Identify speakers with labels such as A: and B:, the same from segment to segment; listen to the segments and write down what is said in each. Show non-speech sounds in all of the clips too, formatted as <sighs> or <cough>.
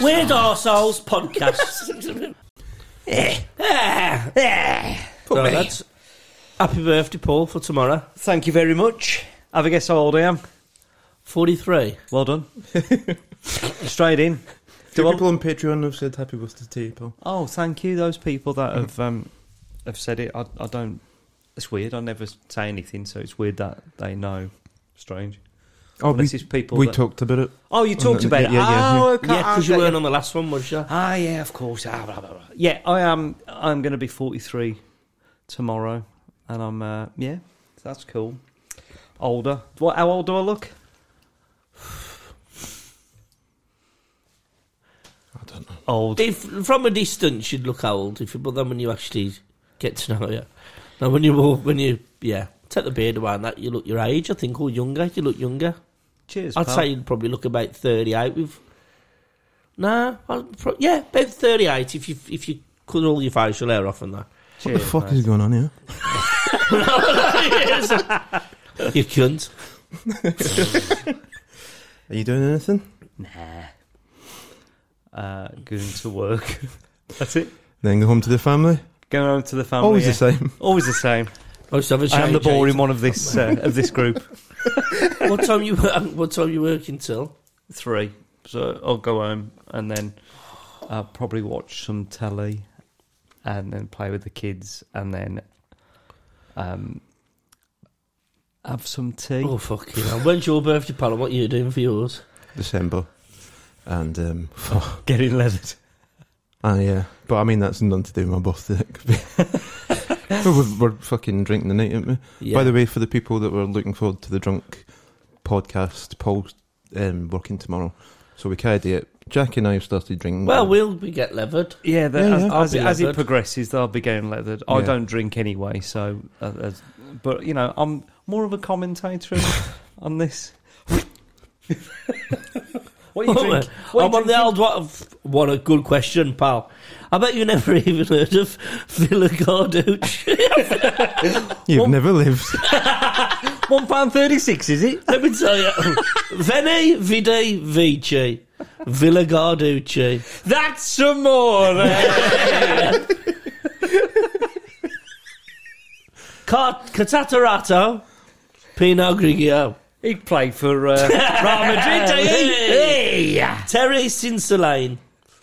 A: Weird Arseholes Podcast. Eh,
B: Put
A: So
B: me.
A: that's happy birthday, Paul, for tomorrow.
C: Thank you very much. Have a guess how old I am.
A: 43.
C: Well done. <laughs> Straight in.
B: Two
C: Do I-
B: people on Patreon have said happy birthday to you, Paul.
C: Oh, thank you. Those people that have um, have said it. I, I don't. It's weird. I never say anything, so it's weird that they know. Strange.
B: Oh, we,
C: Unless it's people.
B: we
C: that-
B: talked about it.
C: Oh, you talked
B: Yeah,
C: about it.
B: yeah, yeah,
C: oh,
B: yeah.
C: okay.
A: Yeah, because you
C: okay,
A: weren't
C: yeah.
A: on the last one, was you?
C: Ah, yeah, of course. Ah, blah, blah, blah. Yeah, I am. I'm going to be 43 tomorrow, and I'm. Uh, yeah, that's cool. Older. What? How old do I look? Old.
A: If from a distance you'd look old, if you, but then when you actually get to know you, now when you walk, when you yeah, take the beard away and that you look your age, I think, or younger. You look younger.
C: Cheers.
A: I'd
C: pal.
A: say you'd probably look about thirty-eight. With nah, I'd pro- yeah, about thirty-eight if you if you cut all your facial hair off and that.
B: What
C: Cheers,
B: the fuck
C: mate.
B: is going on here?
A: you cunt.
B: Are you doing anything?
C: uh, going to work. <laughs> That's it.
B: Then go home to the family.
C: Going home to the family.
B: Always
C: yeah.
B: the same.
C: Always the same.
A: Most of us
C: I am the
A: change,
C: boring one of this uh, of this group.
A: ain't you? What time you work- <laughs> what time you working till?
C: Three. So I'll go home and then I'll probably watch some telly and then play with the kids and then um, have some tea.
A: Oh fucking hell. When's your birthday, pal? and What are you doing for yours?
B: December. And, um,
C: Getting leathered.
B: ah, yeah. But I mean, that's none to do with my birthday. we're, we're fucking drinking the night, aren't we?
A: Yeah.
B: By the way, for the people that were looking forward to the drunk podcast, Paul's um, working tomorrow. So we carried it. Jack and I have started drinking.
A: well, we'll we get levered.
C: Yeah, the,
B: Yeah,
C: as,
B: yeah.
A: I'll
C: as,
A: be
C: as it
A: leathered.
C: progresses, they'll be getting leathered. I
B: Yeah.
C: don't drink anyway, so. Uh, as, but, you know, I'm more of a commentator on this. <laughs> what are you
A: Well,
C: <laughs> drink? What are
A: I'm
C: you
A: on the
C: drinking?
A: old what? What a good question, pal. I bet you never <laughs> even heard of Villa Garducci.
B: You've
C: Well-
B: never lived.
C: One pound thirty-six, is it?
A: <laughs> Let me tell you,
C: <laughs>
A: Veni Vidi Vici, Villa Garducci.
C: That's some more. eh?
A: Cat- Catatarato, Pinot Grigio,
C: he played <laughs> for uh, Real Madrid. didn't he? Hey.
A: Terry Sinsalain,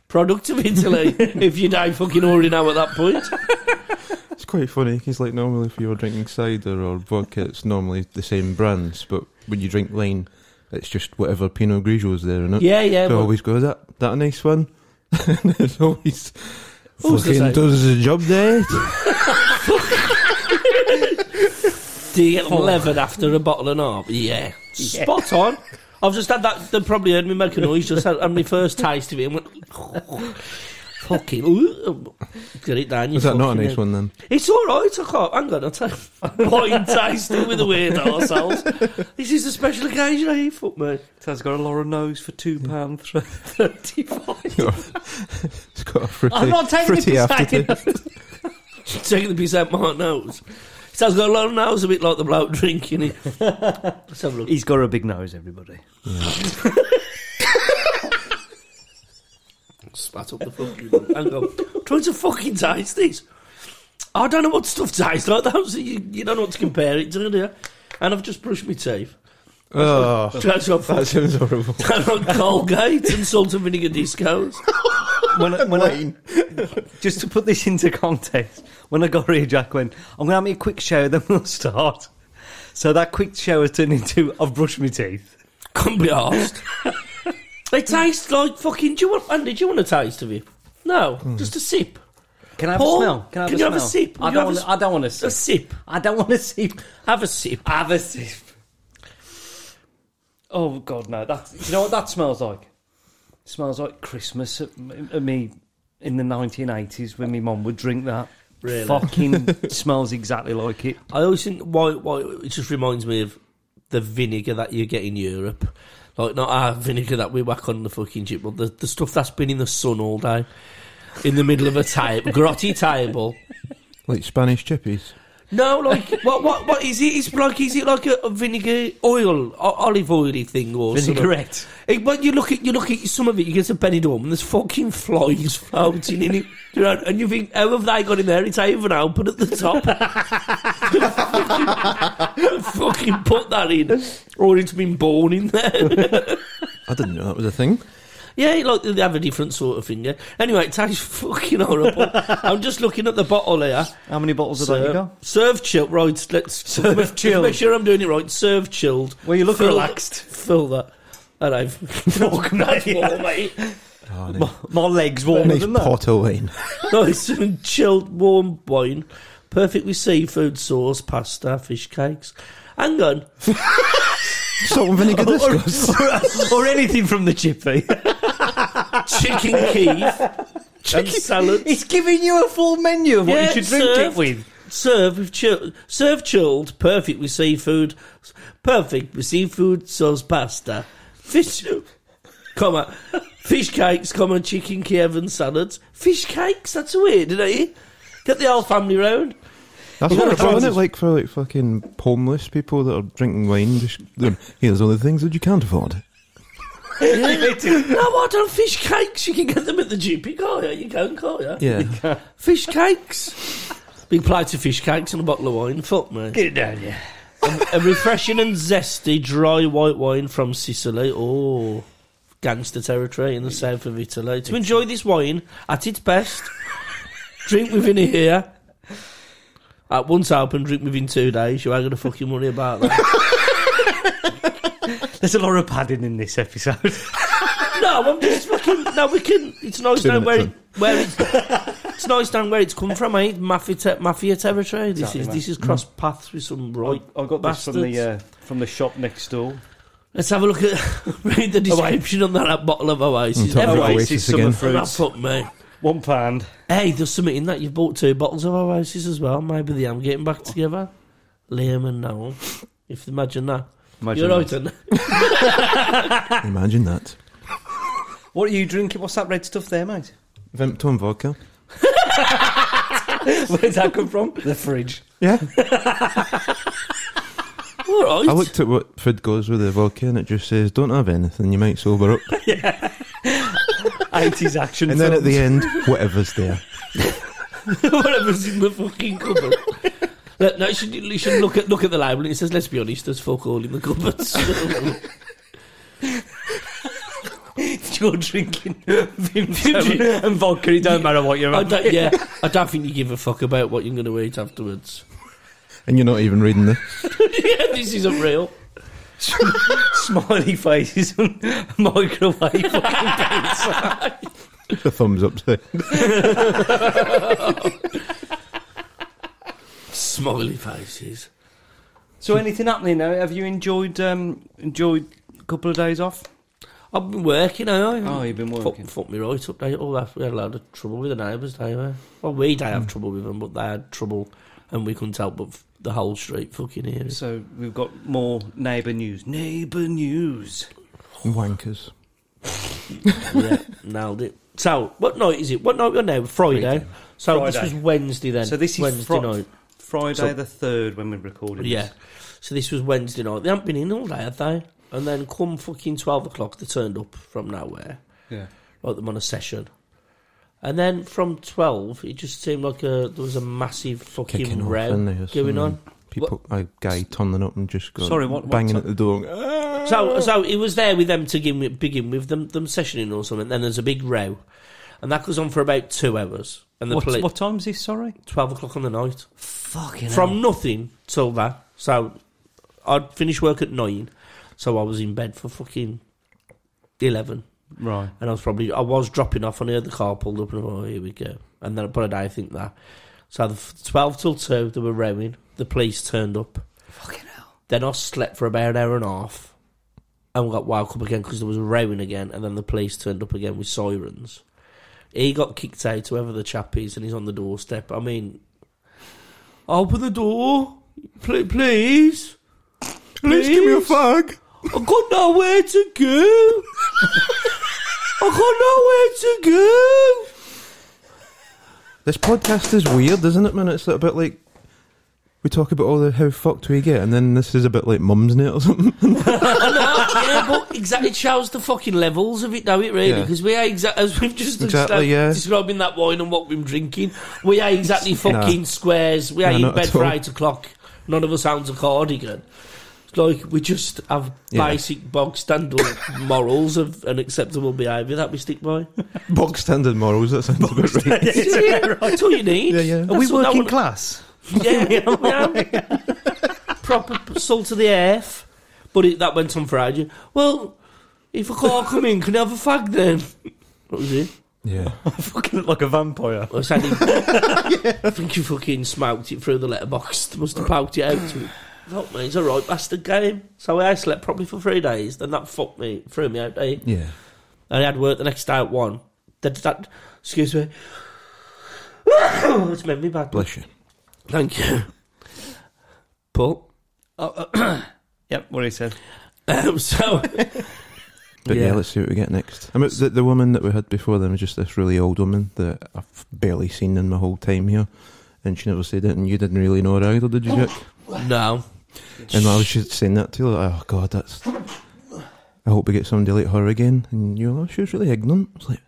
A: product of Italy. if you don't fucking already know at that point,
B: It's quite funny because, like, normally if you were drinking cider or vodka, it's normally the same brands, but when you drink wine, it's just whatever Pinot Grigio's there, innit?
A: yeah, yeah.
B: So I
A: but-
B: always go, is that, that a nice one? <laughs> it's always.
A: Who's the
B: Fucking
A: same?
B: does the job there.
A: <laughs> Do you get leathered after a bottle and a half? Yeah. Spot on. I've just had that. They probably heard me make a noise just had, had my first taste of it and went, <laughs> fucking. ooh, Get it down. you
B: Is that not a
A: fucking
B: nice
A: head.
B: one then?
A: It's all right. I can't. Hang on. I'll take <laughs> wine tasting with the weird arseholes. This is a special occasion. I fuck me.
C: Taz got a lot of nose for two pound thirty-five.
B: It's got a fruity,
C: I'm not taking
B: fruity
C: it
B: aftertaste.
A: Taking the piss out my nose. It has got a long nose, a bit like the bloke drinking it. Let's have a look.
C: He's got a big nose, everybody.
A: spat up the fucking hang on. Trying to fucking taste this. I don't know what stuff tastes like that. So you, you don't know what to compare it to, do you? And I've just brushed my teeth.
B: <laughs> Oh,
A: That's got <laughs>
B: that sounds horrible.
A: fucking Colgate and salt and vinegar discos.
C: When, <laughs> I- when I, just to put this into context, when I got here, Jack went, "I'm going to have me a quick shower, then we'll start." So that quick shower has turned into I've brushed my teeth.
A: Can't be arsed. they taste like fucking. Do you want? Andy, do you want a taste of it? No, just a sip.
C: Can I have
A: Paul,
C: a smell? Can I
A: can
C: have a
A: you
C: smell?
A: have a sip?
C: I
A: You
C: don't,
A: have a
C: want,
A: s-
C: I don't want to
A: A
C: sip.
A: sip.
C: I don't want to sip.
A: Have a sip.
C: Have a sip. Oh God, no! That you know what that smells like? smells like Christmas at, m- at me in the nineteen eighties when my mum would drink that.
A: Really?
C: <laughs> Fucking smells exactly like it.
A: I always think why why it just reminds me of the vinegar that you get in Europe. Like not our <laughs> vinegar that we whack on the fucking chip, but the, the stuff that's been in the sun all day. In the middle of a table grotty table.
B: Like Spanish chippies.
A: No, like what? What? What is it? It's like is it like a vinegar oil, o- olive oily thing or something?
C: Vinaigrette.
A: It, but you look at you look at some of it. You get to Benidorm and there's fucking flies floating in it, you know, and you think, how have they got in there? It's even open at the top. fucking put that in, or it's been born in there.
B: I didn't know that was a thing.
A: yeah, like they have a different sort of thing. Yeah. Anyway, that is fucking horrible. I'm just looking at the bottle here.
C: How many bottles of that you
A: Serve,
C: got?
A: serve chilled, right? Let's
C: <laughs> Serve
A: let's
C: chilled.
A: Make sure I'm doing it right. Serve chilled.
C: Well, you look
A: Fill-
C: relaxed.
A: Fill that,
C: <laughs>
A: and I've <laughs>
C: Fuck, mate.
A: More, mate.
B: Oh,
C: My, my legs warmer
B: nice
C: than that.
B: pot of wine. <laughs>
A: Nice and chilled warm wine, perfect with seafood sauce, pasta, fish cakes. Hang on,
B: Salt and
A: <laughs>
B: vinegar
C: <laughs>
B: discos.
C: or, or anything from the <laughs> chippy.
A: chicken
C: <laughs>
A: keef, chicken salad.
C: It's giving you a full menu of what
A: Yeah,
C: you should drink
A: served.
C: it with.
A: Serve with chill, serve chilled, perfect with seafood, perfect with seafood sauce pasta, fish, comma, fish cakes, comma, chicken Kiev and salads. Fish cakes, that's weird, isn't it? Get the whole family round.
B: That's
A: You
B: what
A: gotta
B: it's all,
A: try
B: isn't it?
A: this.
B: Like for like fucking homeless people that are drinking wine. Just going, here's all the things that you can't afford.
A: No, I don't fish cakes. You can get them at the GP, can't you? You can, can't you?
B: Yeah,
A: Fish cakes. Big plate of fish cakes and a bottle of wine. Fuck me.
C: Get it down, yeah.
A: a refreshing and zesty dry white wine from Sicily. Oh, gangster territory in the south of Italy. To enjoy this wine at its best, drink within a year. At once open, drink within two days. You ain't gonna fucking worry about <laughs> that.
C: There's a lot of padding in this episode.
A: no, I'm just fucking. No, we can. It's nice
B: Two
A: down where it,
B: minutes
A: where it's. It's nice down where it's come from, eh? Mafia, te- mafia territory. This
C: Exactly,
A: is
C: mate.
A: this is cross paths with some right.
C: I got this from
A: Bastards.
C: the uh, from the shop next door.
A: Let's have a look at <laughs> read the description on that bottle of
B: Mm,
A: Oasis.
B: top
A: Oh, Everyone
B: of
C: Oasis,
B: Oasis
C: summer
B: again.
A: That's
C: fruits.
A: up, mate.
C: One pound.
A: Hey, there's something in that. You've bought two bottles of Oasis as well. Maybe they am getting back together. Liam and Noel. If imagine that. You're right, isn't it?
B: <laughs> imagine that.
C: What are you drinking? What's that red stuff there, <laughs> mate?
B: Vimto vodka.
C: Where's that come from? the fridge.
B: Yeah,
A: All right.
B: I looked at what food goes with the vodka, and it just says don't have anything. You might sober <laughs> up.
C: 80s action
B: And then at the
C: films.
B: end, whatever's there.
A: <laughs> Whatever's in the fucking cupboard. Look, no, you should, you should look at look at the label and it says, let's be honest, there's fuck all in the <laughs> cupboards.
C: You're <laughs> drinking Vimto and vodka. It don't matter what you're
A: I
C: on.
A: don't, yeah, I don't think you give a fuck about what you're going to eat afterwards. <laughs>
B: And you're not even reading this.
A: yeah, this isn't real.
C: Smiley faces and <laughs> microwave.
B: The thumbs up. sign.
A: Smiley faces.
C: <laughs> so anything happening now? Have you enjoyed um, enjoyed a couple of days off?
A: I've been working, I.
C: Oh, you've been
A: Fuck,
C: working.
A: fuck me right up. They all have, we had a lot of trouble with the neighbours. They were well, we did
C: Hmm.
A: have trouble with them, but they had trouble, and we couldn't help but f- the whole street fucking hear it.
C: So we've got more neighbour news. Neighbour news.
B: Wankers.
A: <laughs> yeah, nailed it. So what night is it? What night we're now? Friday. So this was
C: Friday.
A: Wednesday then.
C: So this is
A: Wednesday
C: Fri-
A: night.
C: Friday
A: So-
C: the third when we recorded.
A: Yeah. So this was Wednesday night. They haven't been in all day, have they? And then come fucking twelve o'clock, they turned up from nowhere.
C: yeah.
A: like them on a session. And then from 12, it just seemed like a, there was a massive fucking
B: Kicking off,
A: row
B: isn't there, or
A: going on.
B: People, a guy turning up and just go
C: Sorry, what- what
B: banging
C: ti-
B: at the door. going, "Ah."
A: So, so it was there with them to begin with, begin with them, them sessioning or something. Then there's a big row, and that goes on for about two hours. And the
C: What,
A: police,
C: what time's this? Sorry.
A: 12 o'clock on the night,
C: Fucking
A: from nothing till that. So, I'd finish work at nine, so I was in bed for fucking 11.
C: right.
A: And I was probably I was dropping off and I heard the car pulled up and I thought, oh here we go. And then but I didn't think that. So the f- twelve till two they were rowing. The police turned up.
C: Fucking hell.
A: Then I slept for about an hour and a half, and we got woke up again because there was rowing again. And then the police turned up again with sirens. He got kicked out, whoever the chap is, and he's on the doorstep. I mean, open the door, please, please,
B: Please give me a fag.
A: I got nowhere to go. I got nowhere to go.
B: This podcast is weird, isn't it, man? It's a bit like we talk about all the how fucked we get, and then this is a bit like mum's net or something. <laughs>
A: I know, yeah, but exactly it shows the fucking levels of it now, it really,
B: Yeah.
A: because we are exactly as we've just described-
B: Exactly, yeah.
A: describing that wine and what we've been drinking. We are exactly fucking squares. We are
B: No,
A: in
B: not
A: bed
B: at
A: for
B: all.
A: eight o'clock. None of us owns a cardigan. It's like we just have
B: Yeah.
A: basic bog standard
B: <laughs>
A: morals of an acceptable behaviour that we stick
B: <laughs>
A: by.
B: Bog standard morals. That sounds a bit right.
A: That's all you need.
B: Yeah, yeah. Are
C: Are we
A: That's all- no
C: working
A: one-
C: <laughs> class?
A: <laughs> yeah, yeah. <laughs> Proper salt of the earth. But it, that went on Friday. Well, if a car come in, can I have a fag then? What was it?
B: Yeah,
C: I fucking look like a vampire.
A: I, was saying, I <laughs> think you fucking smoked it through the letterbox. Must have poked it out to me. Fuck me, it's a right bastard game. So I slept properly for three days. Then that fucked me, threw me out eight.
B: yeah.
A: And I had work the next day at one. That, that, excuse me. <coughs> it's made me bad.
B: Bless you.
A: Thank you. But
C: Oh, uh, yep, what he <laughs> said.
A: Um, <laughs> so
B: But yeah. let's see what we get next. I mean, the, the woman that we had before them was just this really old woman that I've barely seen in my whole time here, and she never said it, and you didn't really know her either, did you, Jack? <laughs>
A: no,
B: And I was just saying that to her, like, oh god, that's. I hope we get somebody like her again. And you're like, oh, she was really ignorant. I was like,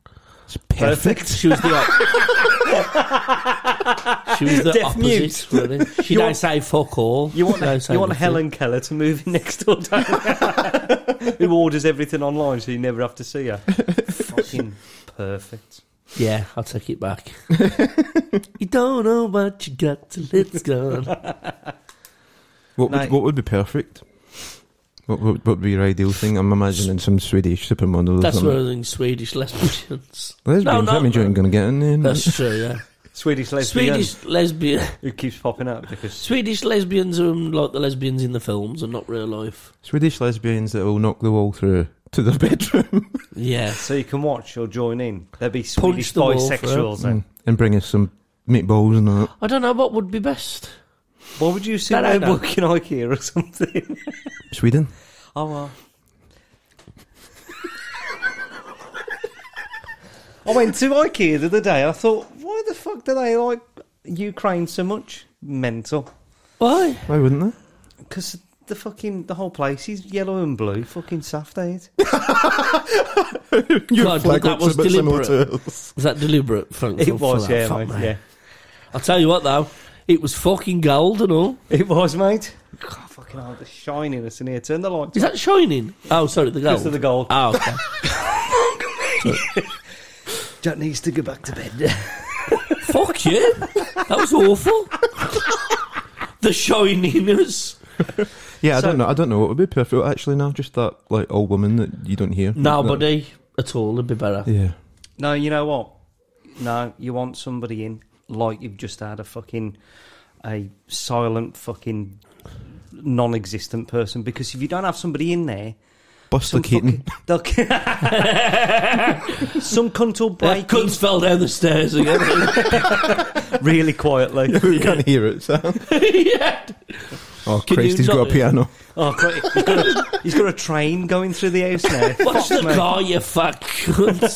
B: it's perfect.
A: she was the op- she was the
C: Deaf
A: opposite. Really. She
C: You
A: don't
C: want-
A: say fuck all.
C: You want
A: She don't say
C: you want
A: nothing.
C: Helen Keller to move in next door, don't
A: <laughs>
C: you? who orders everything online so you never have to see her. Fucking perfect.
A: Yeah, I'll take it
C: <laughs>
A: back. you don't know what you got till it's gone.
B: What
C: Like-
B: would, what would be perfect? What, what, what would be your ideal thing? I'm imagining some Swedish supermodel. or
A: That's
B: something.
A: one of the things Swedish lesbians.
B: Lesbians,
A: no,
B: that means you ain't going to get in there.
A: That's true. Yeah,
C: Swedish <laughs> lesbian
A: Swedish lesbian.
C: who keeps popping up because
A: Swedish lesbians are um, like the lesbians in the films and not real life.
B: Swedish lesbians that will knock the wall through to their <laughs> bedroom
A: Yeah.
C: so you can watch or join in. There'd be
A: Punch
C: Swedish
A: the wall Mm.
C: bisexuals then.
B: and, and bring us some meatballs and all that.
A: I don't know what would be best.
C: Why would you see
A: That I
C: them
A: know.
C: working <laughs> IKEA or something?
B: Sweden?
C: Oh well. I went to IKEA the other day. I thought, why the fuck do they like Ukraine so much? Mental.
A: Why?
B: Why wouldn't they?
C: Because the fucking the whole place is yellow and blue. Fucking soft eh? aid.
A: Your God, flag that looks a was bit similar to Was that deliberate, Frank?
C: <laughs> It
A: for- for
C: was,
A: that?
C: yeah,
A: Fuck,
C: mate,
A: man.
C: yeah.
A: I'll tell you what, though, it was fucking gold and all.
C: It was, mate. God, fucking hell, the shininess in here. Turn the lights
A: Is that shining? Oh, sorry, the gold.
C: Because of the gold.
A: Oh, okay.
C: Jack needs to go back to bed. <laughs>
A: Fuck you. That was awful. the shininess.
B: <laughs> Yeah,
C: So-
B: I don't know. I don't know what would be perfect. Actually, no, just that like old woman that you don't hear.
A: Nobody at all would be better.
B: Yeah.
C: No, you know what? No, you want somebody in like you've just had a fucking a silent fucking non-existent person because if you don't have somebody in there,
B: Bust the kitten.
C: fucking- they'll- <laughs> some cunt will
A: That
C: break in
A: cunts fell down the stairs again.
C: really quietly.
B: <laughs> you can't hear
A: <laughs>
B: it, Sam.
A: yeah.
B: Oh,
A: Can you
B: Christ, he's got
A: not-
B: a piano.
C: Oh, great. he's got, a, he's got a train going through the house now.
A: Watch
C: Fuck,
A: the
C: mate.
A: car, you fuck cunts.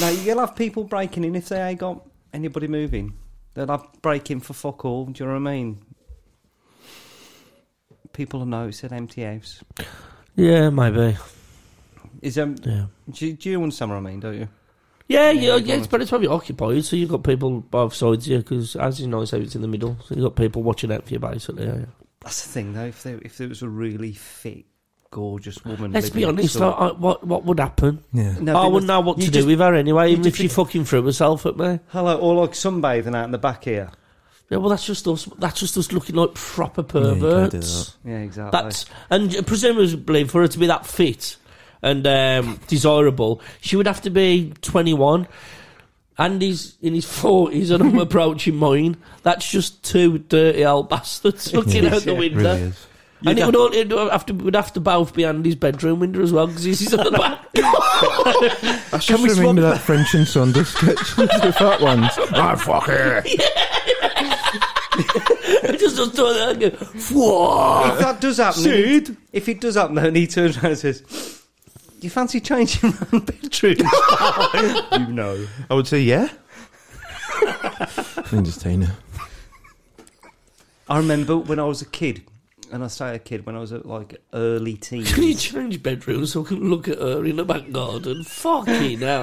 C: No, you'll have people breaking in if they ain't got anybody moving. They'll have breaking for fuck all. Do you know what I mean? People will know it's an empty house.
A: yeah, maybe.
C: Is um,
A: Yeah.
C: do, do you understand what I mean? Don't you?
A: Yeah, yeah,
C: Yeah, you
A: yeah, it's,
C: wanna-
A: but it's probably occupied, so you've got people both sides here, because as you know, so it's in the middle, so you've got people watching out for you, basically. Yeah, yeah.
C: That's the thing, though. If there, if there was a really fit, gorgeous woman,
A: Let's be
C: living
A: honest,
C: next door-
A: like, I, what what would happen?
B: Yeah.
C: No,
A: I
C: but
A: wouldn't know what
C: you
A: to
C: just-
A: do with her anyway,
C: you
A: even if
C: just-
A: she fucking threw herself at me.
C: Hello, or like sunbathing out in the back here.
A: Yeah, well, that's just us. That's just us looking like proper
B: Yeah, you can't do
A: perverts.
C: Yeah, exactly.
A: That's and presumably for her to be that fit and um, desirable, she would have to be twenty one. Andy's in his forties, and
C: <laughs>
A: I'm approaching mine. That's just two dirty old
C: <laughs>
A: bastards looking
B: Yeah.
A: out the
C: Yeah.
B: It
A: window.
B: really is.
A: And
C: You'd
A: it
C: have-
A: would, all, it would have to would have to both be Andy's bedroom window as well because he's at the back. <laughs>
B: I just
C: we swap
B: remember that French and
C: <laughs>
B: Saunders sketch. the fat ones. Ah, fuck it.
A: just just doing that. and go, "Whoa."
C: if that does happen, if it does happen, then he turns around and says, "Do you fancy changing <laughs> round bedrooms?" you know.
B: I would say, yeah. and just tiny.
C: I remember when I was a kid, and I say a kid when I was at like
A: <laughs>
C: early <laughs>
A: Can you
C: teens.
A: change bedrooms so I can look at her in the back garden? Fucking hell.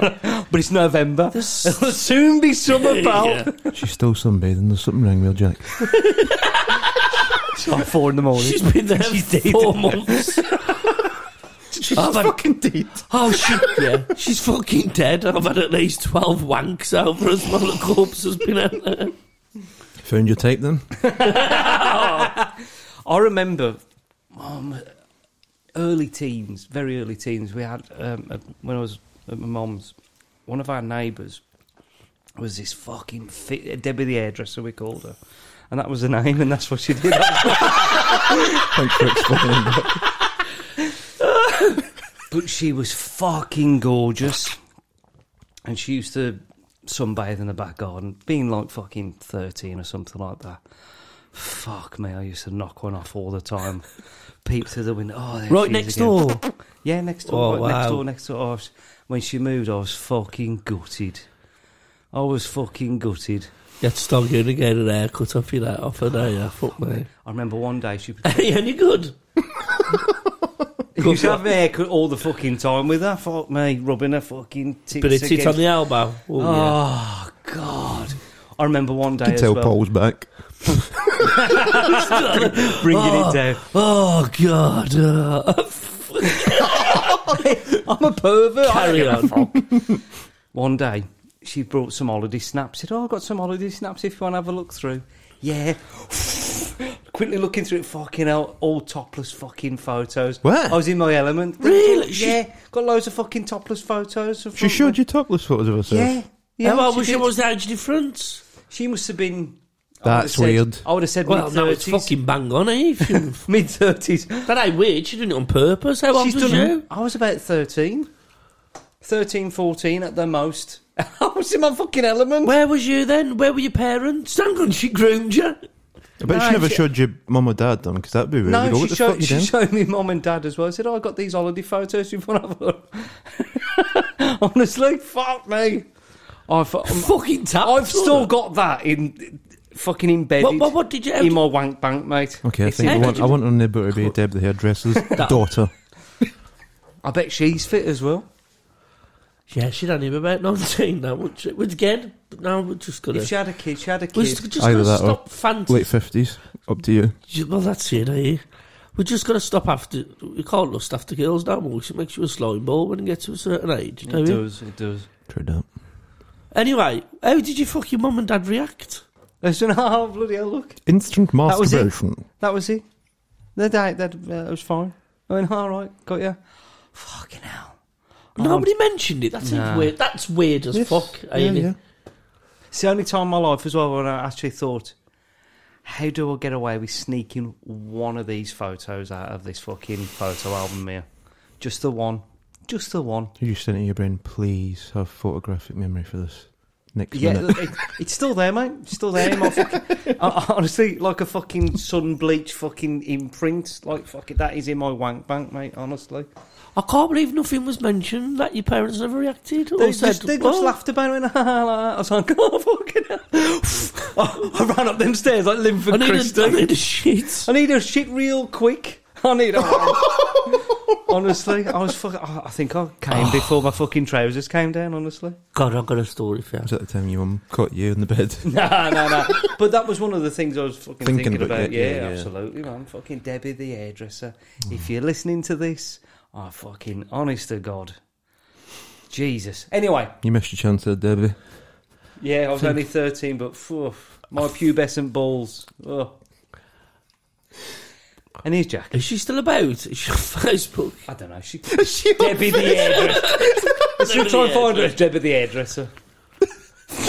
C: but it's November.
A: This-
C: <laughs> It'll soon be summer, pal.
A: Yeah.
B: She's still sunbathing. There's something wrong with her, Jack.
C: <laughs> It's like four in the <laughs> morning.
A: She's been there
C: She's dead.
A: four months.
C: She's
A: I've had-
C: fucking deep.
A: Oh, she, yeah, she's fucking dead. I've had at least 12 wanks over as my little corpse has been out there.
B: Found your type then?
C: I remember, um, early teens, very early teens. We had um, uh, when I was at my mum's. One of our neighbours was this fucking fit, Debbie the hairdresser. We called her, and that was her name, and that's what she did. <laughs>
B: Thanks for explaining that.
C: but she was fucking gorgeous, and she used to sunbathe in the back garden, being like fucking thirteen or something like that. Fuck me, I used to knock one off all the time. Peep through the window. Oh, there
A: Right
C: she is
A: next
C: again.
A: door.
C: Yeah, next door,
A: Oh,
C: right, next
A: wow.
C: door, next door. I was- when she moved, I was fucking gutted. I was fucking gutted.
A: You had to start going and get an haircut off your head, off her day, yeah, fuck me.
C: I remember one day she <laughs>
A: Hey, and you good?
C: used to have a haircut all the fucking time with her. Fuck me, rubbing her fucking tits.
A: Bit of tit
C: against-
A: on the elbow. Oh, yeah.
C: Oh God! I remember one day
B: You
C: as
B: tell
C: well,
B: Paul's back.
C: bringing it down.
A: Oh, God. uh, <laughs>
C: I'm a pervert. I
A: Carry
C: don't give
A: on.
C: a fuck. One day, she brought some holiday snaps. Said, "Oh, I got some holiday snaps. If you want to have a look through, yeah." <laughs> Quickly looking through it, fucking hell, all topless fucking photos.
B: What?
C: I was in my element.
A: Really? She-
C: Yeah. Got loads of fucking topless photos. Of
B: She showed you topless photos of herself.
C: Oh, Yeah. Yeah.
A: How old
C: she,
A: was she?
C: did.
A: What was the age difference?
C: She must have been. I
B: That's
C: would have said-
B: weird.
C: I would have said
A: Well,
C: mid
A: no, it's
C: <laughs> thirties.
A: fucking bang on, eh? If you- <laughs>
C: Mid thirties.
A: that ain't weird. She did it on purpose. How old
C: She's
A: was
C: done-
A: you?
C: I was about 13. 13, 14 at the most. <laughs> I was in my fucking element.
A: Where was you then? Where were your parents? Hang on, she groomed you.
B: I bet
C: No,
B: she never
C: she-
B: showed your mum or dad then, because that'd be weird. They'd go,
C: no,
B: what
C: she
B: the
C: showed,
B: fuck you
C: she
B: doing?
C: showed me mum and dad as well. I said, oh, I got these holiday photos. You want to have a look?" <laughs> Honestly, fuck me. I've, I'm-
A: Fucking tap.
C: I've still got that in fucking embedded
A: What, what, what did you?
C: in my wank bank, mate.
B: Okay, I
C: It's
B: think I
A: in-
B: want, I want her neighbour to be Deb
C: <laughs>
B: the hairdresser's daughter.
C: I bet she's fit as well.
A: Yeah, she don't even about <laughs> nineteen now, would she? Which again, no, we're just gonna.
C: If she had a kid, she had a
A: we're
C: kid.
A: just, just
B: Either
A: gonna
B: that or
A: stop fancy.
B: Late 50s. Up to you.
A: Well, that's it, eh? We're just gonna stop after. We can't lust after girls now more. It makes you a slime ball when you get to a certain age. Don't you?
C: it does.
B: True that.
A: Anyway, how did your fucking mum and dad react?
C: <laughs> Listen, oh, bloody hell, look.
B: Instant
C: That was it.
B: masturbation.
C: That was it. The day that uh, it was fine. I went, all right, got you. Fucking hell.
A: Nobody mentioned it. That's even
C: Um, Nah.
A: weird. That's weird as
B: Yes.
A: fuck.
B: Yeah,
A: ain't it?
B: yeah.
C: It's the only time in my life as well when I actually thought, how do I get away with sneaking one of these photos out of this fucking photo album here? Just the one. Just the one.
B: You just sent it in your brain, please have photographic memory for this next
C: Yeah,
B: minute.
C: it, it's still there, mate. It's still there. in My fucking, <laughs> I- I honestly, like a fucking sun bleach fucking imprint. Like, fuck it, that is in my wank bank, mate, honestly.
A: I can't believe nothing was mentioned that your parents never reacted or
C: They
A: said.
C: just, they just
A: "Oh."
C: laughed about it. <laughs> And I was like, oh, fucking hell. <laughs> I, I ran up them stairs like
A: I
C: Linford
A: need,
C: Christie.
A: a, I need a sheet.
C: I need a shit real quick. I need a... <laughs> honestly, I was fucking... I I think I came before my fucking trousers came down, honestly.
A: God, I've got a story for you.
B: was at the time your mum caught you in the bed.
C: <laughs>
B: <laughs>
C: No, no, no. But that was one of the things I was fucking thinking,
B: Thinking
C: about.
B: about it,
C: yeah,
B: yeah, yeah.
C: absolutely, man. Fucking Debbie the hairdresser. If you're listening to this, I fucking... Honest to God. Jesus. Anyway,
B: You missed your chance there, Debbie.
C: Yeah, I was only 13, but phew, my pubescent balls. Ugh. And here's Jack.
A: Is she still about? Is she on <laughs> Facebook?
C: I don't
A: <laughs>
C: know. She, Debbie the hairdresser. Let's
A: Debbie
C: try
A: the
C: and find her. It's Debbie the hairdresser.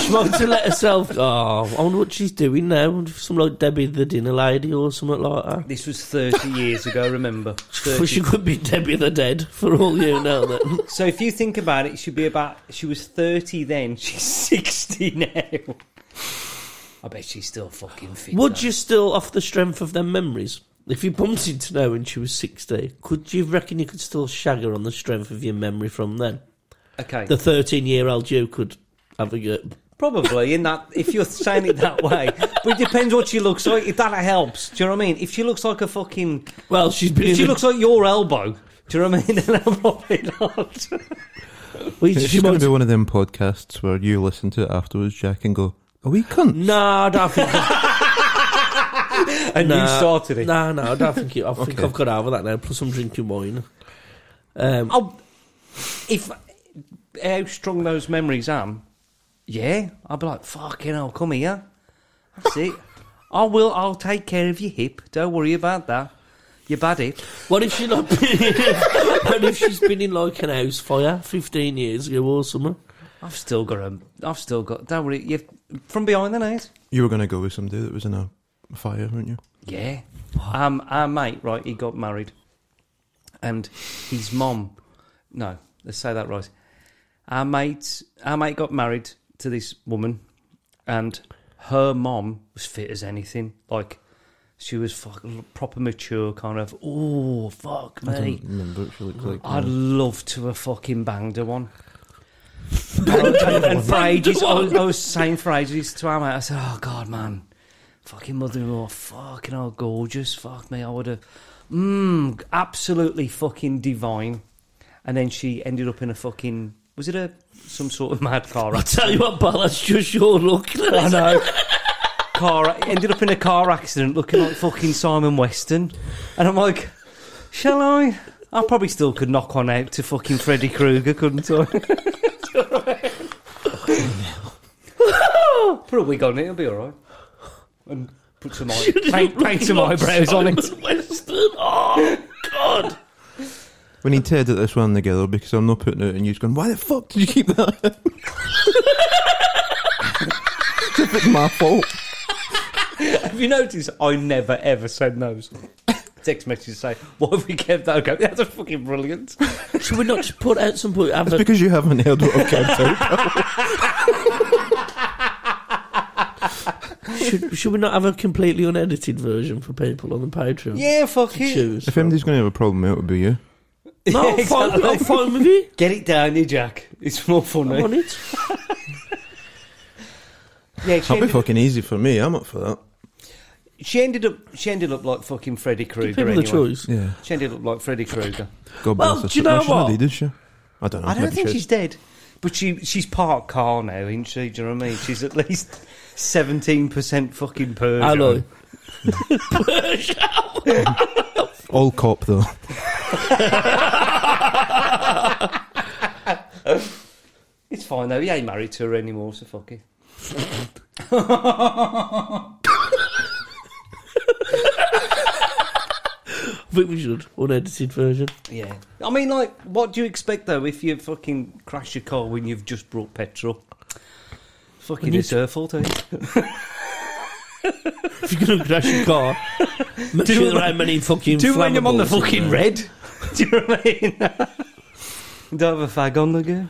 A: She wants to let herself.
C: <laughs>
A: Oh, I wonder what she's doing now. I wonder if Some like Debbie the dinner lady or something like that.
C: This was 30 years ago, remember?
A: <laughs> Well, she
C: 30.
A: could be Debbie the dead for all you know.
C: <laughs>
A: Then <laughs>
C: So if you think about it, she'd be about. She was 30 then. <laughs> She's 60 now. I bet she's still fucking fit.
A: would
C: though.
A: you still, off the strength of them memories, if you bumped into her when she was sixty, could you reckon you could still shag her on the strength of your memory from then?
C: Okay.
A: The thirteen-year-old you could have a go.
C: Probably in that, if you're saying it that way, but it depends what she looks like. If that helps, do you know what I mean? If she looks like a fucking,
A: Well, she's been.
C: if
A: in
C: she
A: the-
C: looks like your elbow, do you know what I mean? <laughs> Then I'm probably not.
A: Well,
B: It's
A: she
B: just going
A: might-
B: to be one of them podcasts where you listen to it afterwards, Jack, and go, "Are we
C: Mm.
A: <laughs>
B: cunt?"
A: Nah, I don't think.
C: And you started it.
A: Nah, nah, I don't think you. I think
B: Okay.
A: I've got over that now. Plus, I'm drinking wine. Um,
C: Oh, if how strong those memories am, yeah, I'll be like, fucking hell, come here. That's it. I will. I'll take care of your hip. Don't worry about that. Your bad hip.
A: what if she not? <laughs> what if she's been in like an house fire 15 years ago or something?
C: I've still got a. I've still got. Don't worry. You from behind the net.
B: You were going to go with somebody that was in a fire, weren't you?
C: Yeah. Um, our mate, right, he got married. And his mom, no, let's say that right. Our mate, our mate got married to this woman, and her mom was fit as anything. Like, she was fucking proper mature, kind of. Oh, fuck
B: I
C: me.
B: don't remember what she looked like.
C: I'd
B: no.
C: love to have fucking banged her one. and, and, and for ages, I was, I was saying for ages to our mate, I said, oh God, man, fucking mother-in-law, fucking oh, gorgeous, fuck me, I would have, mmm, absolutely fucking divine. And then she ended up in a fucking, was it a, some sort of mad car
A: I
C: accident?
A: tell you what, pal, that's just your
C: <laughs>
A: luck.
C: I know. Car ended up in a car accident, looking like fucking Simon Weston, and I'm like, shall I? I probably still could knock on out to fucking Freddy Krueger, couldn't
A: <laughs>
C: I? Put a wig on it, it'll be all right. And put some eye- paint, paint some eyebrows on it.
A: Western. <laughs> Oh God!
B: We need to edit this one together because I'm not putting it and you're just going, why the fuck did you keep that <laughs> in? if it's my fault.
C: Have you noticed? I never ever send those text messages say, "Why have we kept that?" I go, that's fucking brilliant.
A: Should we not just put out some put? Have
B: It's
A: a,
C: <laughs>
B: because you haven't heard what I've kept out.
A: should, should we not have a completely unedited version for people on the Patreon?
C: Yeah,
A: To
C: fucking.
A: Choose.
B: If anybody's going to have a problem, it would be you.
A: No,
C: <laughs> Yeah,
A: I'm, fine, I'm
C: exactly.
A: fine with it.
C: Get it down, you Jack. It's more funny.
A: I'm on it.
C: yeah, she
B: That'd be
C: ended,
B: fucking easy for me. I'm up for that.
C: she ended up. She ended up like fucking Freddy
A: Give
C: Krueger.
A: people
C: Anyway.
A: the choice.
B: Yeah.
C: She ended up like Freddy Krueger.
B: God
A: Well,
B: bless her.
A: do you know
B: no, she's not
A: what?
B: dead, is she? I don't know.
C: I don't
B: Maybe
C: think
B: she is.
C: she's dead, but she she's part car now, isn't she? Do you know what I mean? She's at least seventeen percent fucking Persian.
A: Alloy. <laughs>
B: All cop, though.
C: <laughs> It's fine though. He ain't married to her anymore, so fuck it.
A: I think we should unedited version.
C: Yeah. I mean, like, what do you expect though if you fucking crash your car when you've just brought petrol? Fucking
A: you
C: it's her fault, eh?
A: If you're gonna crash your
C: <laughs>
A: car, make
C: Do
A: sure
C: it
A: there
C: when-
A: ain't many fucking.
C: Do when I'm on the
A: flammables in
C: fucking
A: there.
C: red. <laughs> Do you know what I mean? <laughs> Don't have a fag on the go.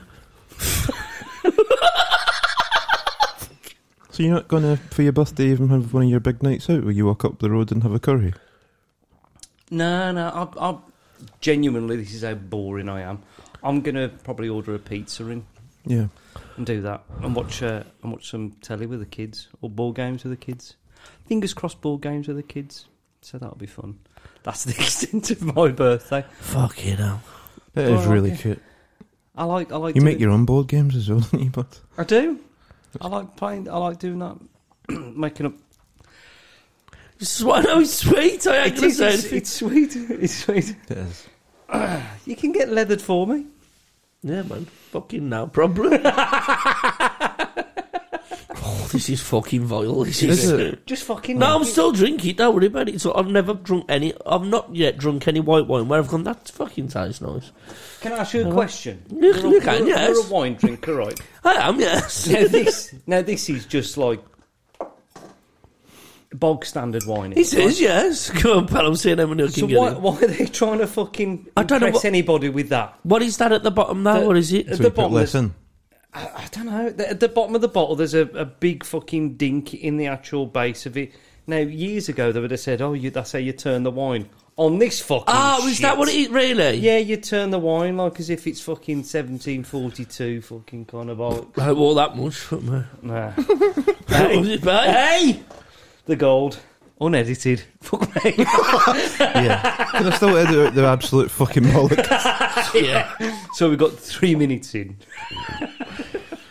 B: So you're not going to, for your birthday, even have one of your big nights out where you walk up the road and have a curry?
C: No, no. I, I genuinely, this is how boring I am. I'm gonna probably order a pizza in
B: Yeah.
C: and do that, and watch uh, and watch some telly with the kids or board games with the kids. Fingers crossed, board games with the kids. So that'll be fun. That's the <laughs> extent of my birthday.
A: Fucking hell.
B: It is
C: Well,
B: really
C: okay.
B: cute.
C: I like. I like.
B: You make
C: doing-
B: your own board games as well, <laughs> don't you, bud?
C: I do. I like playing. I like doing that. <clears throat> Making up.
A: This is why I know it's sweet. I ain't
C: It
A: gonna
C: is.
A: say
C: It's,
A: anything.
C: it's sweet. It's sweet.
B: It is.
C: You can get leathered for me.
A: Yeah, man. Fucking no
C: <laughs>
A: problem. oh, this is fucking vile. This is.
B: Is it?
C: Just fucking.
A: No, I'm still drinking. Don't worry about it. So I've never drunk any. I've not yet drunk any white wine. Where I've gone, that fucking tastes nice.
C: Can I ask you a question?
A: You-
C: You're a-
A: you can,
C: you're a-
A: yes.
C: You're a wine drinker, right?
A: I am, yes.
C: <laughs> now this, now this is just like bog standard
A: <laughs>
C: wine.
A: He says yes. Come on, pal. I'm seeing how many I can
C: So
A: get
C: why,
A: in.
C: why are they trying to fucking
A: I don't know
C: impress
A: what-
C: anybody with that?
A: What is that at the bottom now?
C: The-
A: what is it?
C: At the
B: So you put
C: bottom
B: less
C: there's-
B: in.
C: I, I don't know. At the- At the bottom of the bottle, there's a, a big fucking dink in the actual base of it. Now, years ago, they would have said, "Oh, you, that's how you turn the wine." on this fucking.
A: Ah, was that
C: Oh, shit.
A: what it is? Really?
C: Yeah, you turn the wine like as if it's fucking 1742 fucking kind of old.
A: I wore that much. fuck me.
C: nah.
A: <laughs> That was it, mate.
C: hey! The gold. Unedited. Fuck me.
B: Yeah. Can I still edit out the absolute fucking bollock?
A: Yeah.
C: so we got three minutes in.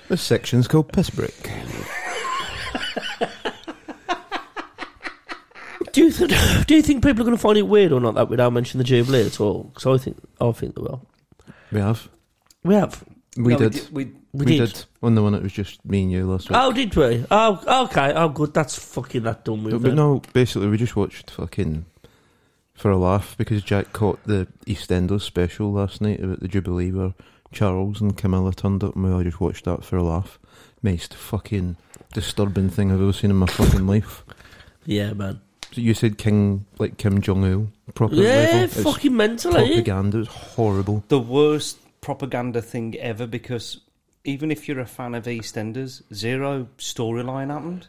B: This section's called Piss Break.
A: Do you think Do you think people are going to find it weird or not that we don't mention the Jubilee at all? Because I think I think they will.
B: We have.
A: We have.
B: We
C: No,
B: did.
C: We, we,
A: We, did.
B: On the one that was just me and you last week.
A: Oh, did we? Oh, okay. Oh, good. That's fucking that done with.
B: But
A: then.
B: no, basically, we just watched fucking for a laugh because Jack caught the EastEnders special last night about the Jubilee where Charles and Camilla turned up, and we all just watched that for a laugh. Most fucking disturbing thing I've ever seen in my fucking life.
A: Yeah, man.
B: So you said King like Kim Jong Il, proper level.
A: Yeah,
B: It's
A: fucking mental, eh?
B: propaganda. It's horrible.
C: the worst propaganda thing ever because even if you're a fan of EastEnders, zero storyline happened.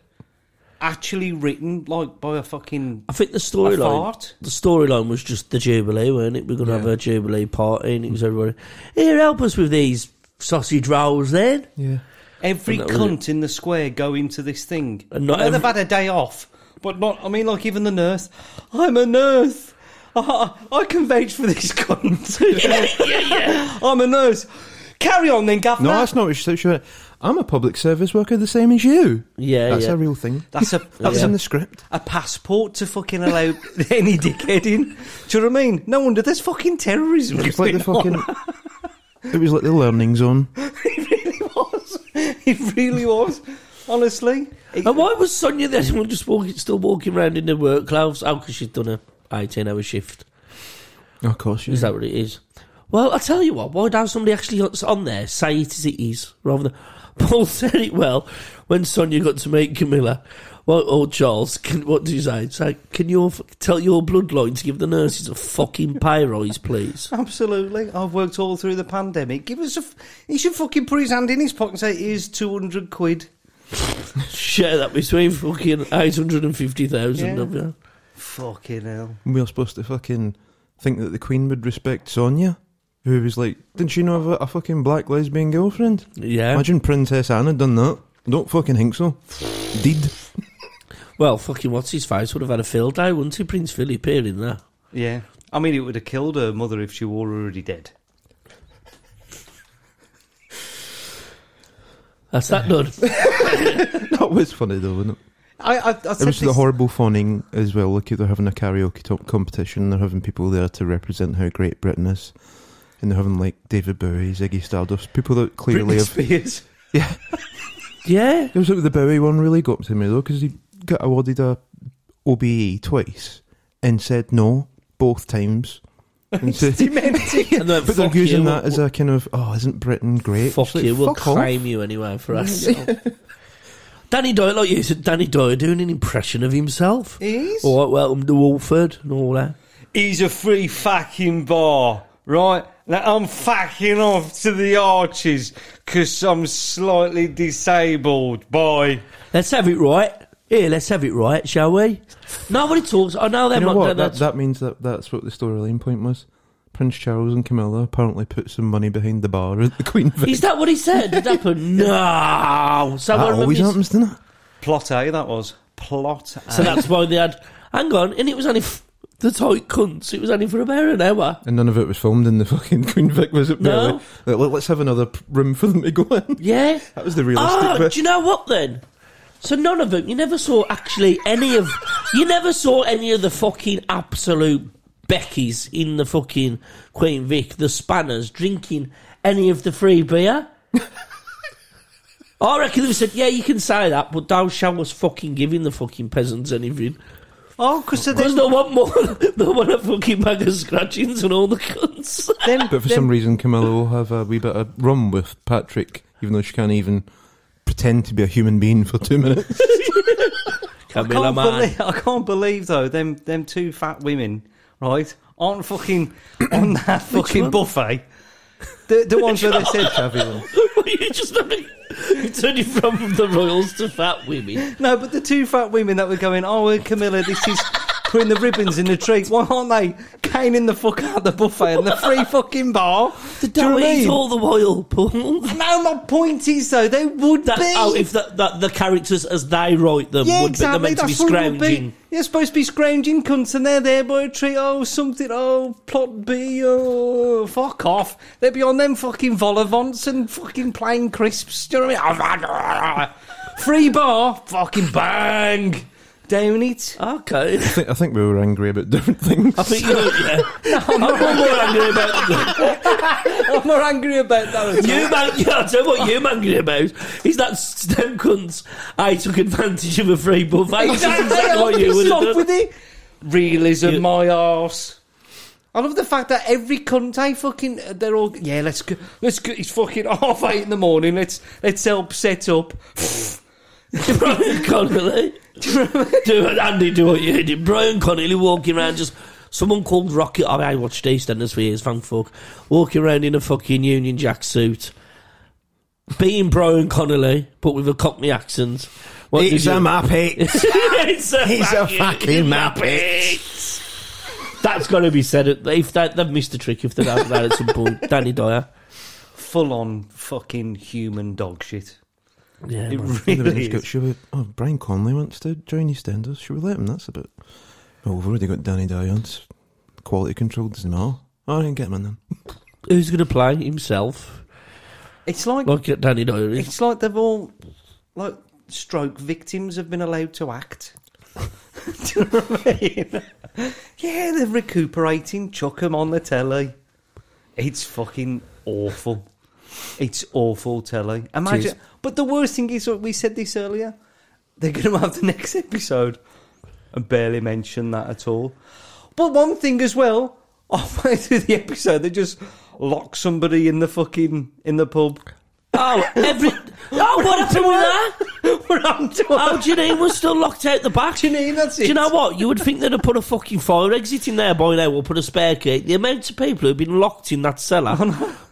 C: Actually written like by a fucking
A: I think the
C: a
A: storyline.
C: fart.
A: The storyline was just the Jubilee, weren't it? We're going to
B: Yeah.
A: have a Jubilee party, and it was everybody. Here, help us with these sausage rolls, then.
B: Yeah.
C: Every
A: And that was
C: cunt in the square going to this thing.
A: And not
C: I know
A: every-
C: they've had a day off, but not. I mean, like even the nurse. I'm a nurse. I, I can vouch for
A: <laughs>
C: this cunt. I'm a nurse. Carry on then, Governor.
B: No, that's not what she said. She went, I'm a public service worker the same as you.
A: Yeah,
B: that's
A: yeah.
B: a real thing.
C: that's a
B: That's
C: that's
B: in the script.
C: a, a passport to fucking allow <laughs> any dickhead in. Do you know what I mean? No wonder there's fucking terrorism. <laughs>
B: It's like the
C: going on.
B: fucking. it was like the learning zone.
C: It really was. It really was. Honestly, It-
A: And why was Sonia the only one just walking, still walking around in her work clothes? Oh, because she'd done a 18 hour shift.
B: Of course,
A: Is that what it is? Well, I tell you what, why don't somebody actually that's on there say it as it is rather than. <laughs> Paul said it well when Sonia got to meet Camilla. Well, or Charles, <laughs> can, what do you say? Say, can you tell your bloodline to give the nurses a fucking pay rise,
C: <laughs>
A: please?
C: Absolutely. I've worked all through the pandemic. Give us a. F- he should fucking put his hand in his pocket and say, here's 200 quid.
A: Share that between fucking 850,000 of
C: Yeah.
A: you.
C: Fucking hell.
B: We were supposed to fucking think that the Queen would respect Sonia, who was like, didn't she know of a, a fucking black lesbian girlfriend?
A: Yeah.
B: Imagine Princess Anne had done that. Don't fucking think so. <laughs> Did.
A: Well, fucking what's his face would have had a field day, wouldn't he? Prince Philip here in there.
C: Yeah. I mean, it would have killed her mother if she were already dead.
A: That's that done.
B: That was funny though, wasn't it?
C: I, I, I said
B: It was the
C: this-
B: horrible fawning as well. Look, they're having a karaoke top competition. They're having people there to represent how Great Britain is. And they're having like David Bowie, Ziggy Stardust, people that clearly
C: Britney
B: have <laughs>
C: Spears.
A: <laughs> yeah.
B: It was like the Bowie one really got to me though because he got awarded a OBE twice and said no both times. And
A: <laughs>
B: so- <laughs>
C: Demented.
A: And then,
B: but they're
A: fuck you,
B: using that
A: we'll-
B: as a kind of oh, isn't Britain great?
A: Fuck
B: It's like,
A: you, we'll
B: fuck off.
A: claim you anyway for us. <laughs> Danny Doyle, like you said, Danny Doyle doing an impression of himself.
C: He's,
A: All right, welcome to Walford and all that.
C: he's a free fucking bar, right? Now I'm fucking off to the arches because I'm slightly disabled. Bye.
A: Let's have it right. Here, let's have it right, shall we? Nobody talks. I know they're
B: You know
A: not.
B: what? That,
A: that's-
B: that means that that's what the storyline point was. Prince Charles and Camilla apparently put some money behind the bar at the <laughs> Queen.
A: is that what he said? Did that
B: <laughs>
A: happen? No. So,
B: that
A: I remember
B: always
A: this-
B: happens, doesn't it?
C: Plot A, that was. Plot A.
A: so that's why they had. Hang on, and it was only f- the tight cunts. It was only for about an hour.
B: And none of it was filmed in the <laughs> fucking Queen Vic, was it?
A: No.
B: Really? Like, look, let's have another p- room for them to go in.
A: Yeah.
B: That was the realistic
A: Ah,
B: bit.
A: do you know what then? So none of them. You never saw actually any of. You never saw any of the fucking absolute Beckys in the fucking Queen Vic, the Spanners drinking any of the free beer. I reckon they said, "Yeah, you can say that, but thou shall us fucking giving the fucking peasants anything."
C: Oh, because
A: There's no one more. <laughs> No one a fucking bag of scratchings and all the cunts.
C: Then,
B: But for
C: then-
B: some reason, Camilla will have a wee bit of rum with Patrick, even though she can't even pretend to be a human being for
A: <laughs>
B: two minutes.
A: Camilla, man.
C: can't believe, I can't believe though them them two fat women right aren't fucking <coughs> on that fucking
A: one?
C: buffet. The the ones where they said
A: <laughs> you just you turned it from the royals to fat women.
C: no, but the two fat women that were going, oh well, Camilla, this is putting the ribbons in the treats. Why aren't they caning the fuck out the buffet and the free fucking bar?
A: The
C: Do you know what I
A: dummies
C: mean?
A: all the while, punk.
C: No, my point is though they
A: <laughs>
C: would
A: That,
C: be.
A: oh, if the, the, the characters as they write them
C: yeah,
A: would
C: exactly.
A: be, they're meant
C: That's
A: to be
C: what it would be.
A: scrounging.
C: You're supposed to be scrounging cunts, and they're there by a tree. Oh, something. Oh, plot B. Oh, fuck off. They'd be on them fucking volivants and fucking plain crisps. Do you know what I mean? <laughs> Free bar, fucking bang, down it.
A: Okay.
B: I think, I think we were angry about different things.
A: I think
B: <laughs>
A: you know, yeah. I'm not more angry about
C: <laughs> I'm not angry about that. At all.
A: You man, <laughs> yeah, I'll tell you what you're angry about is that stem cunts I took advantage of a free buffet. That's exactly what you would
C: Stop
A: have done.
C: with it. Realism,
A: You-
C: my arse. I love the fact that every cunt I fucking they're all yeah. Let's go. Let's go. It's fucking <laughs> half eight in the morning. Let's let's help set up.
A: Brian Connolly. do Andy, do what you did. Brian Connolly walking around just. Someone called Rocket. I, mean, I watched EastEnders for years, thank fuck. Walking around in a fucking Union Jack suit. Being Brian Connolly, but with a Cockney accent. What did
B: He's
A: you- <laughs>
B: a mappy.
A: it's a
B: He's a
A: fucking,
B: fucking
A: Muppet. That's got to be said. If that, they've missed a trick, if they have that at some point, Danny Dyer.
C: Full on fucking human dog shit.
A: Yeah,
C: It
A: man.
C: really is.
B: Should we, oh, Brian Conley wants to join EastEnders. Should we let him? That's a bit. Well, we've already got Danny Dion's quality control doesn't matter. Oh, I didn't get him in then.
A: who's going to play himself?
C: It's like
A: Like uh, Danny Dyer is.
C: it's like they've all like stroke victims have been allowed to act. <laughs> Do you know what I mean? Yeah, they're recuperating. Chuck 'em on the telly. It's fucking awful. It's awful telly. Imagine,
A: Cheers.
C: but the worst thing is, we said this earlier. They're going to have the <laughs> next episode and barely mention that at all. But one thing as well, <laughs> halfway through the episode, they just lock somebody in the fucking in the pub.
A: Oh, every. Oh, what happened with that? <laughs>
C: We're on to
A: Oh, Janine was still locked out the back.
C: Janine, that's
A: Do you
C: it.
A: know what? You would think they'd have put a fucking fire exit in there by now or put a spare key. The amount of people who've been locked in that cellar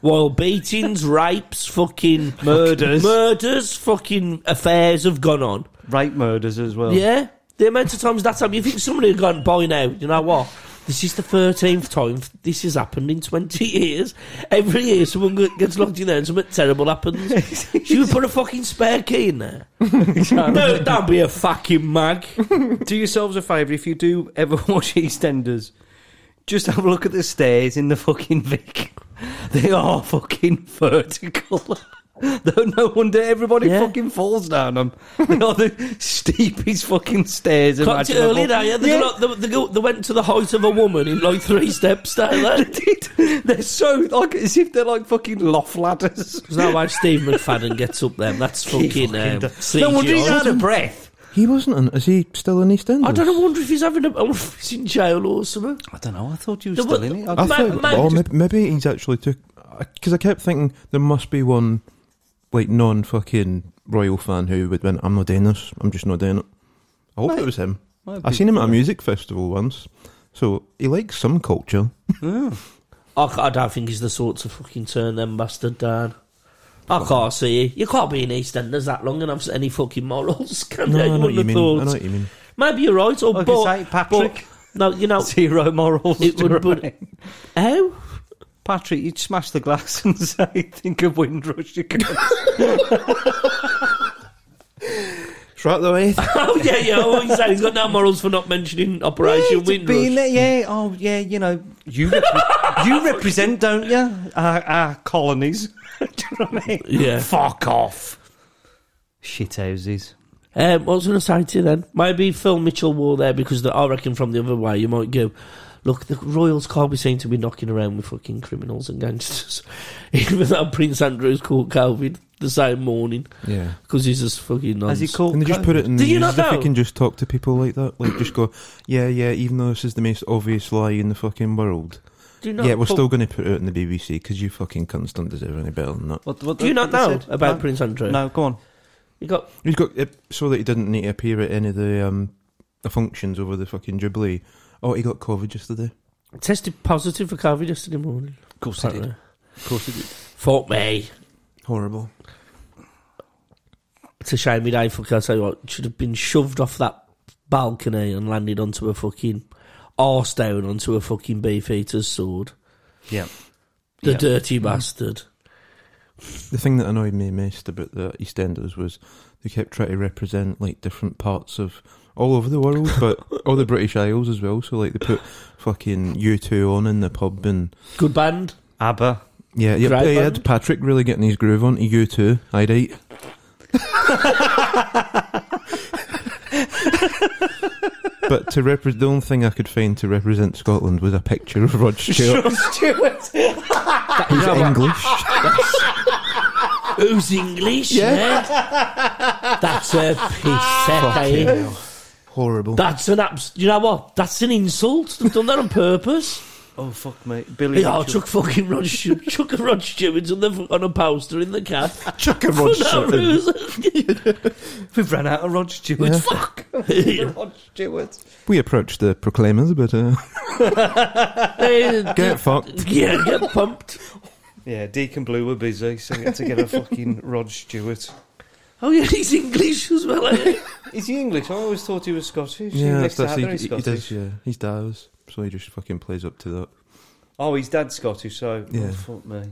A: while beatings, rapes, fucking
C: Murders.
A: murders, fucking affairs have gone on.
C: rape murders as well.
A: Yeah? The amount of times that time you think somebody had gone by now, you know what? This is the 13th time this has happened in 20 years. Every year someone g- gets locked in there and something terrible
C: <laughs>
A: happens. She would put a fucking spare key in there. no, that'd be a fucking mag.
C: Do yourselves a favour if you do ever <laughs> watch EastEnders, just have a look at the stairs in the fucking Vic. <laughs> They are fucking vertical. <laughs> Though no wonder everybody
A: Yeah.
C: fucking falls down them. They are the steepest fucking stairs
A: Got it
C: imaginable.
A: early there, yeah. They,
C: Yeah,
A: got up- they, they, go, they went to the height of a woman in like three steps down
C: they
A: there.
C: <laughs> did. They're so like as if they're like fucking loft ladders.
A: Is that why Steve McFadden gets up there? That's fucking, um, CGI.
C: no wonder he's out of breath.
B: He wasn't in. Is he still in EastEnders?
A: I don't know, wonder if he's having a. I wonder if he's in jail or something.
C: I don't know. I thought you were
A: No,
C: still
A: but-
C: in it. I
B: I
A: Ma-
B: thought,
A: man,
B: oh,
A: just-
B: maybe, maybe he's actually took. Because I kept thinking there must be one, like, non fucking royal fan who would win, I'm not doing this. I'm just not doing it. I hope it was him. I seen him at a music festival once. So he likes
A: <laughs>
B: some culture.
A: I, ca- I don't think he's the sort to fucking turn them bastard down. I can't see you. You can't be in EastEnders that long and have any fucking morals, <laughs> can
B: No,
A: you?
B: I know
A: You
B: what
A: wouldn't
B: you
A: have
B: mean. I know
A: thought.
B: what you mean.
A: Maybe you're right, or
C: Like I
A: but,
C: say, Patrick.
A: but- no, you
C: Oh.
A: know,
C: <laughs> Zero morals.
A: It would-
C: to
A: would-
C: remain.
A: how?
C: Patrick, you'd smash the glass <laughs> and say, "Think of Windrush." <laughs> You can.
B: It's right the
A: <laughs>
B: way.
A: Oh yeah, yeah. Oh, he's, he's got no morals for not mentioning
C: <laughs>
A: Operation Windrush.
C: there, yeah. Oh, yeah. You know, you <laughs> rep- you represent, don't you? Our, our colonies. <laughs> Do you know what I mean?
A: Yeah.
C: Fuck off. Shit houses.
A: Um, what was I going to say to you then? Maybe Phil Mitchell wore there because the, I reckon from the other way you might go. Look, the royals can't be seen to be knocking around with fucking criminals and gangsters, <laughs> even though Prince Andrew's caught COVID the same morning
B: Yeah.
A: because he's just fucking nonce.
C: As he called.
B: Can they just put it in the
A: Did you
B: news
A: not
B: if
A: know?
B: they can just talk to people like that? Like, just go, yeah, yeah, even though this is the most obvious lie in the fucking world.
A: Do you not,
B: yeah, we're
A: but
B: still going to put it in the BBC because you fucking cunts don't deserve any better than that.
C: What, what
A: Do you not
C: what they
A: know
C: said?
A: about
C: no?
A: Prince Andrew?
C: No, go on.
A: You got
B: He's got it so that he didn't need to appear at any of the um, the functions over the fucking jubilee. Oh, he got COVID yesterday.
A: tested positive for COVID yesterday morning.
C: Of course
A: Apparently.
B: Of course, he did.
A: Fuck me.
B: Horrible.
A: It's a shame he died. Fuck, I'll tell you what, should have been shoved off that balcony and landed onto a fucking arse down onto a fucking beefeater's sword.
C: Yeah.
A: The
C: Yeah.
A: dirty bastard.
B: The thing that annoyed me most about the EastEnders was they kept trying to represent like different parts of all over the world, but
C: <laughs>
B: all the British Isles as well. So like they put fucking U two on in the pub and
A: Good band.
C: ABBA.
B: yeah, yeah,
A: Great
B: they
A: band.
B: had Patrick really getting his groove onto U two. I
C: <laughs>
B: right. but to repre- the only thing I could find to represent Scotland was a picture of Rod Stewart,
C: Stewart.
B: <laughs> who's English.
C: <laughs>
A: Who's English? Yeah. That's <laughs> a piss
B: Fucking
A: eh?
B: hell. Horrible.
A: That's an abs. You know what? That's an insult. They've done that on purpose.
C: Oh, fuck, mate. Billy.
A: Yeah, I
C: Mitchell.
A: chuck fucking Rod, <laughs> Stew- chuck a Rod Stewart on, the, on a poster in the <laughs> car.
B: Chuck a
A: For
C: <laughs>
B: Rod
A: no
B: Stewart in.
A: <laughs> reason.
C: We've ran out of Rod Stewart.
B: Yeah.
C: Fuck. <laughs> Rod Stewart.
B: We approached the Proclaimers a bit. Uh,
A: Eh,
B: get fucked.
A: yeah, get pumped.
C: Yeah, Deacon Blue were busy, so we had to get <laughs> a fucking Rod Stewart.
A: Oh yeah, he's English as well. eh?
C: Is he English? I always thought he was Scottish.
B: Yeah,
C: next
B: that's,
C: to
B: that's he,
C: Heather is
B: he
C: Scottish.
B: does. Yeah, he's does. So he just fucking plays up to that.
C: Oh, his dad's Scottish, so
B: Yeah.
C: oh, fuck me.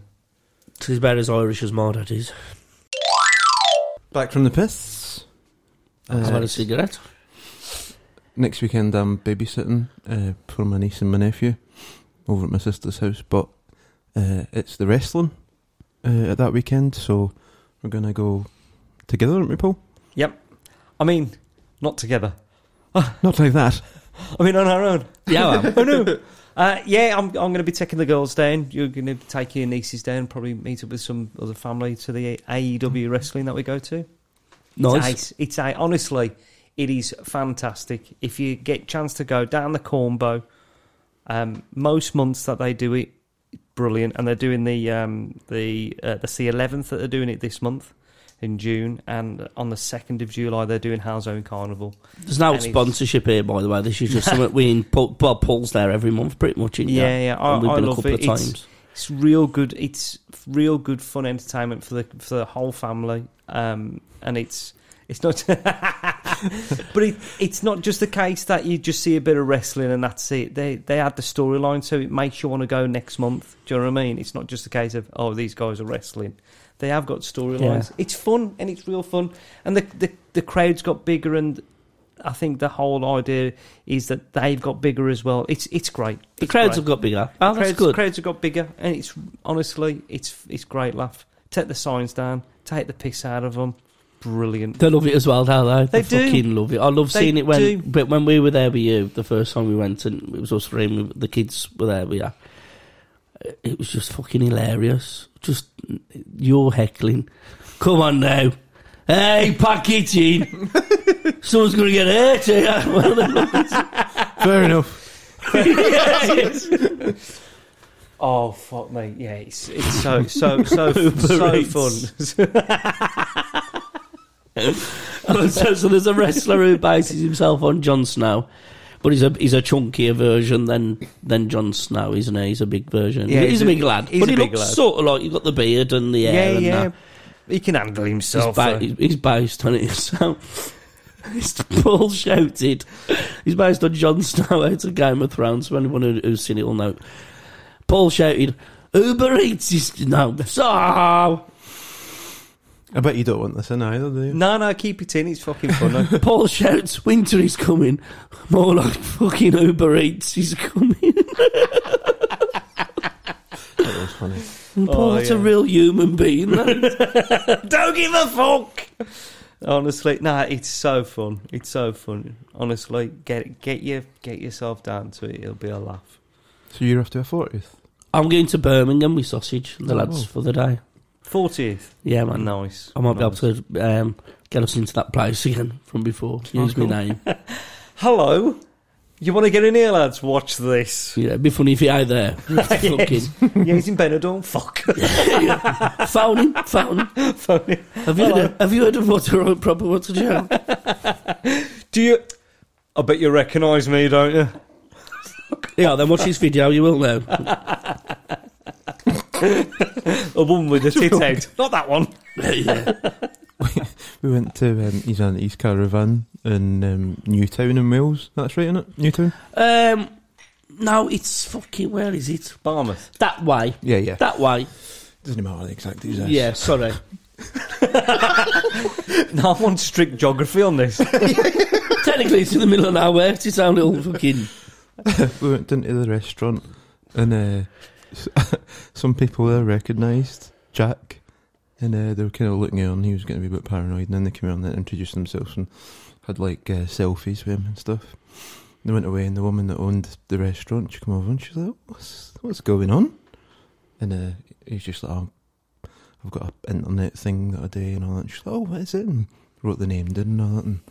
A: he's about as Irish as my dad is.
B: Back from the piss.
A: I've
B: Uh,
A: had a cigarette.
B: next weekend, I'm babysitting uh, for my niece and my nephew over at my sister's house, but uh, it's the wrestling uh, at that weekend, so we're gonna go together, aren't we, Paul?
C: I mean, not together.
B: Not like that.
C: I mean, on our own.
A: Yeah, I <laughs> am.
C: oh <laughs> no. Uh, yeah, I'm. I'm going to be taking the girls down. You're going to take your nieces down. Probably meet up with some other family to the <laughs> AEW wrestling that we go to. It's
A: nice.
C: ace. It's ace. honestly, it is fantastic. If you get chance to go down the Cornbow, um, most months that they do it, brilliant. And they're doing the um, the uh, that's the eleventh that they're doing it this month in June, and on the second of July they're doing How's Own Carnival.
A: There's no
C: and it's-
A: sponsorship here, by the way. This is just something we in Paul, Bob Paul's there every month, pretty much. Isn't
C: Yeah, yeah,
A: it?
C: I,
A: and we've
C: I
A: been a
C: love
A: couple
C: it.
A: of
C: It's-
A: times.
C: It's real good. It's real good fun entertainment for the for the whole family. Um, and it's it's not, <laughs> but it, it's not just the case that you just see a bit of wrestling and that's it. They they add the storyline, so it makes you want to go next month. Do you know what I mean? It's not just a case of oh these guys are wrestling. They have got storylines. It's fun and it's real fun, and the, the the crowd's got bigger, and I think the whole idea is that they've got bigger as well. It's it's great.
A: The
C: It's
A: crowds
C: great.
A: have got bigger. Oh, that's
C: crowds,
A: good.
C: crowds have got bigger, and it's honestly, it's it's great laugh. Take the signs down, take the piss out of them.
A: <laughs>
C: Brilliant.
A: They love it as well, don't they?
C: They do.
A: fucking love it. I love
C: They
A: seeing it when,
C: do.
A: but when we were there with you, the first time we went, and it was us three, and we- the kids were there with you. It was just fucking hilarious. Just you're heckling. Come on now, hey, pack it in.
C: <laughs>
A: Someone's gonna get hurt here. <laughs> Well, <laughs>
B: Fair enough.
C: <laughs> Oh fuck me! Yeah, it's it's so so
A: <laughs>
C: so so <laughs> fun.
A: <laughs> so, so there's a wrestler who bases himself on Jon Snow, but he's a he's a chunkier version than than Jon Snow, isn't he? He's a big version.
C: Yeah,
A: he's,
C: he's
A: a
C: a-
A: big lad,
C: he's
A: but
C: a
A: he
C: big
A: looks
C: lad.
A: sort of like you've got the beard and the hair.
C: yeah,
A: and
C: yeah.
A: That.
C: He can handle
A: He's,
C: himself.
A: ba-
C: though.
A: he's, he's based on it. <laughs> So Paul shouted, "He's based on Jon Snow out of Game of Thrones." So anyone who, who's seen it will know. Paul shouted, "Uber Eats is no so."
B: I bet you don't want this in either, do you?
C: no, no, keep it in. It's fucking fun.
A: <laughs>
C: though. <laughs>
A: Paul shouts, "Winter is coming!" More like fucking Uber Eats is <laughs> coming.
B: That was funny.
A: Paul,
C: Oh,
A: that's a
C: yeah.
A: real human being. <laughs> that.
C: Don't give a fuck. Honestly, nah, it's so fun. It's so fun. Honestly, get get your get yourself down to it. It'll be a laugh.
B: So you're off to a fortieth.
A: I'm going to Birmingham with sausage. The lads
B: Oh.
A: for the day.
C: Fortieth,
A: Yeah, man.
C: nice.
A: Mm. I might be
C: nice.
A: able to um, get us into that place again from before. Use
B: cool.
A: my name.
C: Hello. You want to get in here, lads?
A: <laughs>
C: Watch this.
A: Yeah, it'd be funny if he out <laughs> there. Fucking
C: yeah, he's in Benidorm. Fuck.
A: <laughs>
C: <laughs>
A: phone him, phone him.
C: Funny.
A: Have you, heard of, have you heard of what's a proper what's a jam?
C: Do you? I bet you recognise me, don't you?
A: <laughs> yeah, then watch his video. You will know. <laughs>
C: A woman with a tit out. Not that one.
A: yeah.
B: We went to um, he's an East Caravan in um, Newtown in Wales. That's right, isn't it? Newtown.
A: Um, no, it's fucking. Where is it?
C: Barmouth.
A: That way.
B: Yeah, yeah.
A: That way.
B: Doesn't matter the exact address.
A: Yeah. Sorry.
C: No, I want strict geography
A: <laughs>
C: on
A: <laughs>
C: this.
A: Technically, it's in the middle of nowhere. It's its own little fucking.
B: <laughs> we went into the restaurant and uh, <laughs> s- some people there recognised Jack and uh, they were kind of looking at him. He was getting a wee bit paranoid and then they came on and introduced themselves and had like uh, selfies with him and stuff. They went away and the woman that owned the restaurant, she came over and she's like, what's, what's going on? And uh, he's just like, oh, I've got an internet thing that I do and all that. And she's like, oh, what is it? And wrote the name, did and all that. And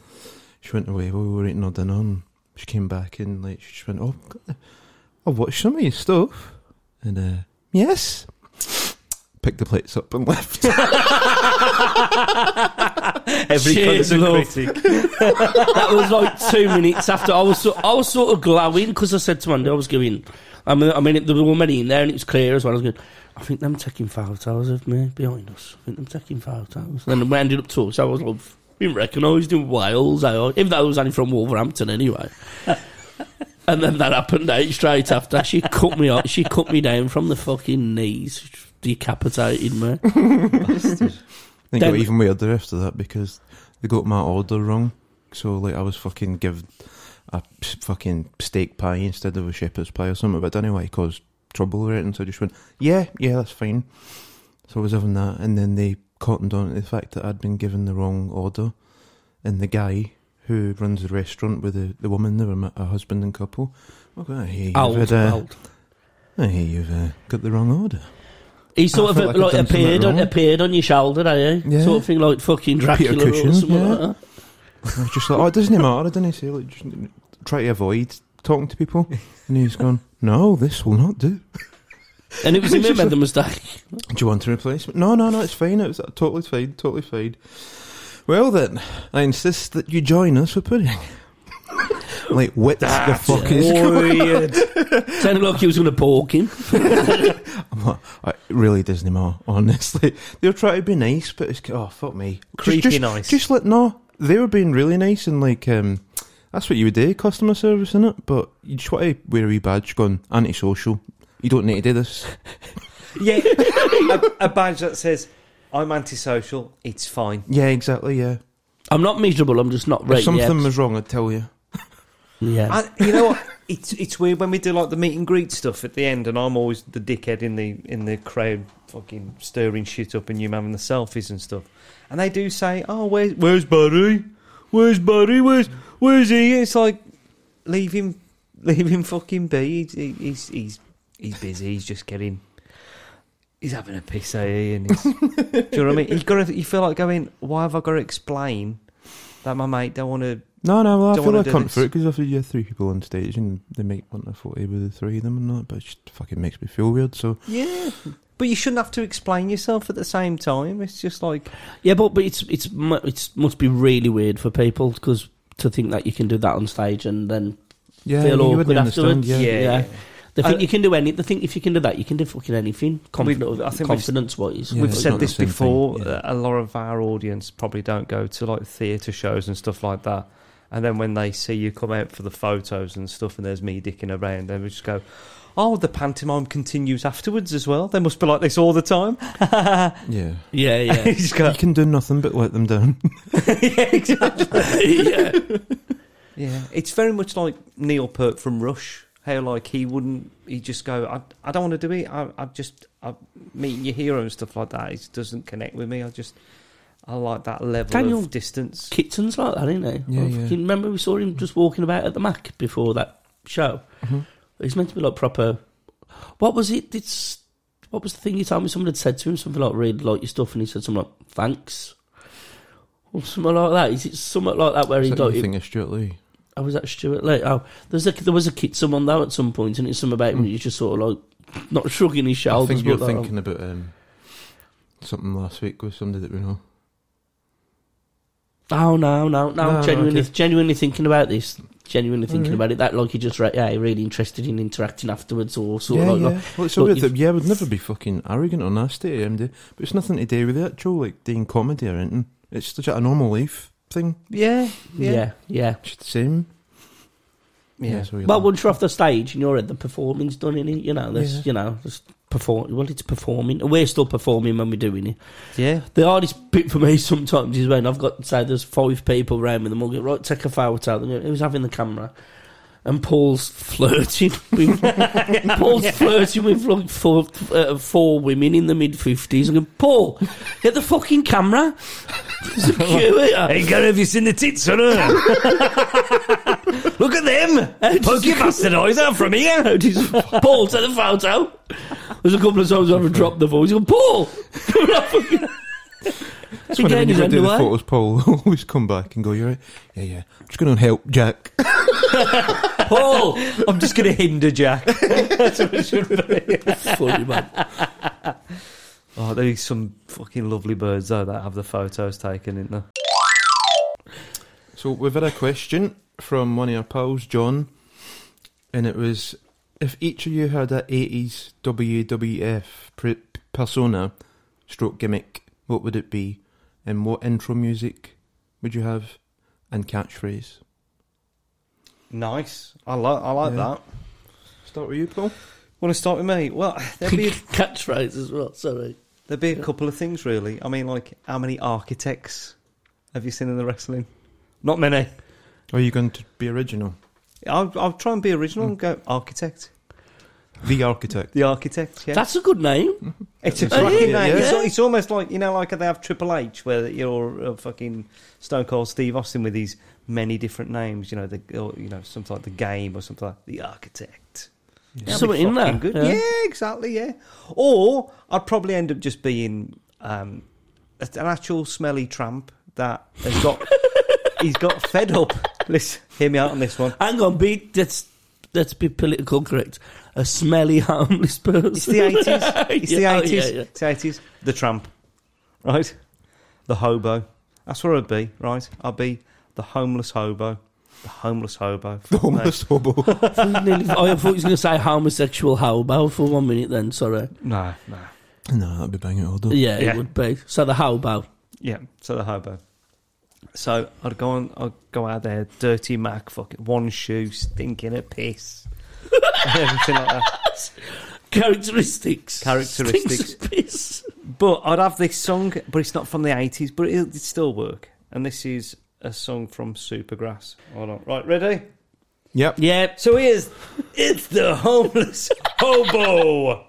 B: she went away while we were eating our dinner and she came back and like she just went, "Oh, <laughs> God, I've watched some of your stuff," and uh, yes, picked the plates up and <laughs> left.
C: Every
A: Cheers,
C: country
A: love.
C: critic.
A: that was like two minutes after I was so, I was sort of glowing because I said to Andy I was going I mean I mean it, there were many in there and it was clear as well I was going I think them taking photos of me behind us I think them taking photos and we ended up talking so I was like being recognised in Wales I, even though I was only from Wolverhampton <laughs> anyway and then that happened eh, straight after she cut me up she cut me down from the fucking knees decapitated me
B: I think it
A: Then-
B: got even weirder after that because they got my order wrong. So like I was fucking given a s- fucking steak pie instead of a shepherd's pie or something. But I don't know why it caused trouble or anything. So I just went, yeah, yeah, that's fine. So I was having that, and then they cottoned on to the fact that I'd been given the wrong order, and the guy who runs the restaurant with the, the woman, they were ma- a husband and couple. Oh, God, I hear you've,
A: old,
B: had, uh,
A: old.
B: I hear you've uh, got the wrong order.
A: He sort
B: I
A: of
B: feel
A: like,
B: like I've done something
A: appeared on,
B: wrong.
A: appeared on your shoulder, eh?
B: Yeah.
A: Sort of thing like fucking Dracula
B: Cushion,
A: or something
B: yeah.
A: like that.
B: I was just like, oh, it doesn't matter, didn't he say? Like, just try to avoid talking to <laughs> people. And he's gone, no, this will not do.
A: And
B: <laughs>
A: it was him who made the mistake.
B: Do you want a replacement? No, no, no, it's fine. It was totally fine, totally fine. Well then, I insist that you join us for pudding. <laughs> like, what the fuck is going
A: <laughs>
B: on?
A: Sounded like he was going to pork him.
B: I'm like, it really doesn't matter, honestly. They were trying to be nice, but it's, oh, fuck me. Just-
C: Creepy
B: just,
C: nice.
B: Just like, no, they were being really nice and like, um, that's what you would do, customer service, innit? But you just want to wear a wee badge going antisocial. You don't need to do this.
C: Yeah, a, a badge that says, I'm antisocial, it's fine.
B: Yeah, exactly, yeah.
A: I'm not miserable, I'm just not
B: if
A: right
B: something
A: yet.
B: was wrong, I'd tell you.
A: yeah.
C: I, you know what? It's it's weird when we do like the meet and greet stuff at the end, and I'm always the dickhead in the in the crowd, fucking stirring shit up, and you having the selfies and stuff. And they do say, "Oh, where's where's Barry? Where's Barry? Where's where's he?" It's like leave him, <laughs> leave him fucking be. He's he- he's he's, he's busy. He's just getting. He's having a piss at you, and he's, <laughs> do you know what I mean? He's got. To, you feel like going. Why have I got to explain that my mate don't want to?
B: No, no, well, I
C: Don't
B: feel
C: wanna
B: like
C: do
B: cunt
C: this.
B: for it because after you have three people on stage and they make one to 40 with the three of them and all that, but it just fucking makes me feel weird, so.
C: Yeah, but you shouldn't have to explain yourself at the same time. It's just like
A: yeah, but, but it's, it's, mu- it's must be really weird for people because to think that you can do that on stage and then
B: Yeah,
A: Feel
B: you
A: awkward
B: wouldn't understand,
A: afterwards.
B: yeah.
A: Yeah. they think
C: Uh,
A: you can do any. They think if you can do that, you can do fucking anything. Confident,
C: We've- I think we've-
A: confidence wise.
B: Yeah,
C: We've
B: it's
C: said
B: not the
C: this
B: same thing,
C: before.
B: yeah.
C: uh, A lot of our audience probably don't go to like theatre shows and stuff like that. And then when they see you come out for the photos and stuff, and there's me dicking around, they would just go, "Oh, the pantomime continues afterwards as well." They must be like this all the time. <laughs>
B: Yeah.
A: <laughs> Yeah, yeah,
C: You just go, <laughs>
B: You can do nothing but let them down. <laughs>
C: yeah, exactly.
A: yeah.
C: Yeah, it's very much like Neil Peart from Rush. How like he wouldn't, he would just go, I, I don't want to do it. I, I just, I meeting your hero and stuff like that. It doesn't connect with me. I just, I like that level
A: Daniel-
C: of distance.
A: Kitten's like that, isn't he?
B: Yeah,
A: I
B: yeah.
A: fucking remember we saw him just walking about at the Mac before that show.
B: Mhm.
A: He's meant to be like proper. What was it? It's what was the thing you told me? Someone had said to him something like "really like your stuff," and he said something like "thanks" or something like that. Is it something like that where
B: Is
A: he
B: that your
A: got?
B: thing of Stuart Lee?
A: I was at Stuart Lee. Oh, there's a there was a kid someone though at some point, and it's something about him. He's just sort of like not shrugging his
B: Hmm. I
A: shoulders.
B: think you're
A: but like,
B: thinking about um, something last week with somebody that we know.
A: Oh no, no, no!
B: No, no,
A: genuinely,
B: okay.
A: genuinely thinking about this. Genuinely thinking
B: Alright.
A: about it. That like you just right, yeah, really interested in interacting afterwards, or sort
B: yeah,
A: of like,
B: yeah.
A: like,
B: well, it's so
A: look,
B: weird
A: you've-
B: that, yeah, I would never be fucking arrogant or nasty to MD, but it's nothing to do with the actual like doing comedy or anything. It's such a normal life thing.
C: Yeah,
A: Yeah, yeah.
B: It's the same.
C: yeah.
B: so you
A: Well,
B: learn.
A: once you're off the stage and you're at the performing's done in it, you know, there's,
B: Yeah.
A: you know, there's perform. Well, it's performing. We're still performing when we're doing it.
C: yeah.
A: The hardest bit for me <laughs> sometimes is when I've got, say, there's five people round with them. I'll get, right, take a photo. And go, Who's having the camera? And Paul's <laughs> flirting
B: <laughs>
A: with, Paul's flirting with like four, uh, four women in the mid 50s. I'm going, Paul, get the fucking camera. <laughs> There's a queue here.
C: Hey, Gary, have you seen the tits on her? <laughs> Look at them! <laughs> Poke your bastard eyes out from
A: <laughs>
C: here!
A: How did Paul take the photo? There's a couple of times I've dropped the voice. I'm Paul! Come on, fucking-
B: It's funny
A: Again,
B: when you
A: he's
B: go do the
A: underway.
B: photos, Paul <laughs> will always come back and go, "You're right, yeah, yeah." I'm just going to help Jack.
C: <laughs>
A: Paul!
C: I'm just going to hinder <laughs> Jack.
A: Funny, man.
C: Oh, there is some fucking lovely birds, though, that have the photos taken, isn't there?
B: So we've had a question from one of our pals, John, and it was if each of you had a '80s WWF pre- persona, stroke gimmick, what would it be, and what intro music would you have, and catchphrase?
C: Nice. I, like. I like
B: Yeah.
C: that.
B: Start with you, Paul.
C: Want to start with me? Well, <laughs> there'd
B: <laughs>
C: be, a,
A: Catchphrase as well, sorry.
C: there'd be a couple of things, really. I mean, like, how many architects have you seen in the wrestling? Not many.
B: Are you going to be original?
C: I'll, I'll try and be original
B: Hmm.
C: and go architect.
A: <laughs>
B: The architect.
C: The architect, yeah.
A: That's a good name.
C: It's a
B: That's
C: cracking
B: right,
C: name.
B: yeah.
C: It's, it's almost like you know, like they have Triple H, where you're uh, fucking Stone Cold Steve Austin with these many different names. You know, the or, you know something like the game or something like the Architect.
B: Yeah.
C: That'd
A: So
C: be
A: in there,
C: fucking good.
A: yeah.
C: Yeah. exactly. Yeah, or I'd probably end up just being um, a- an actual smelly tramp that
A: <laughs>
C: has got he's got fed up. Listen, hear me out on this one.
A: Hang on, be that's let's be political correct. A smelly, <laughs> harmless person.
C: It's the
A: <laughs>
C: eighties. It's
A: Yeah, oh,
C: the eighties.
A: yeah, yeah.
C: It's the eighties. The tramp, right? The hobo. That's where I'd be, right? I'd be the homeless hobo. The homeless hobo.
A: <laughs>
B: The homeless hobo.
A: Nearly- oh, I thought he was going to say homosexual hobo for one minute. Then sorry.
C: No, no.
B: no, that'd be banging order.
A: Yeah,
C: Mm. Yeah.
A: it would be. So the hobo.
C: Yeah. So the hobo. So I'd go on. I'd go out there, dirty Mac, fucking one shoe, stinking of <laughs> piss, and everything like that.
A: Characteristics.
C: Characteristics.
A: Stinks of piss.
C: But I'd have this song, but it's not from the 80s, but it'll, it'd still work. And this is a song from Supergrass. Hold on. Right, ready?
B: Yep.
A: Yeah.
C: So here's it's the homeless <laughs> hobo.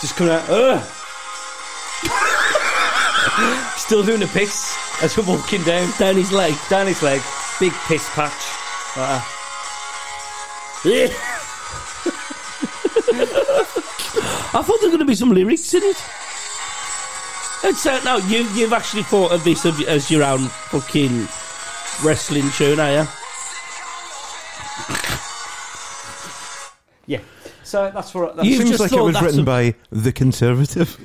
C: Just coming out. Ugh. <laughs> Still doing the piss as we're walking down
A: Down his leg.
C: down his leg. Big piss patch. Uh, Like
A: Yeah.
C: that.
A: I thought there were going to be some lyrics in it. It's uh, no, you you've actually thought of this of- as your own fucking wrestling tune, are you?
C: Yeah. So that's what. That's
A: You-
B: Seems
A: just
B: like it
A: thought
B: was
A: that's
B: written
A: a-
B: by the conservative.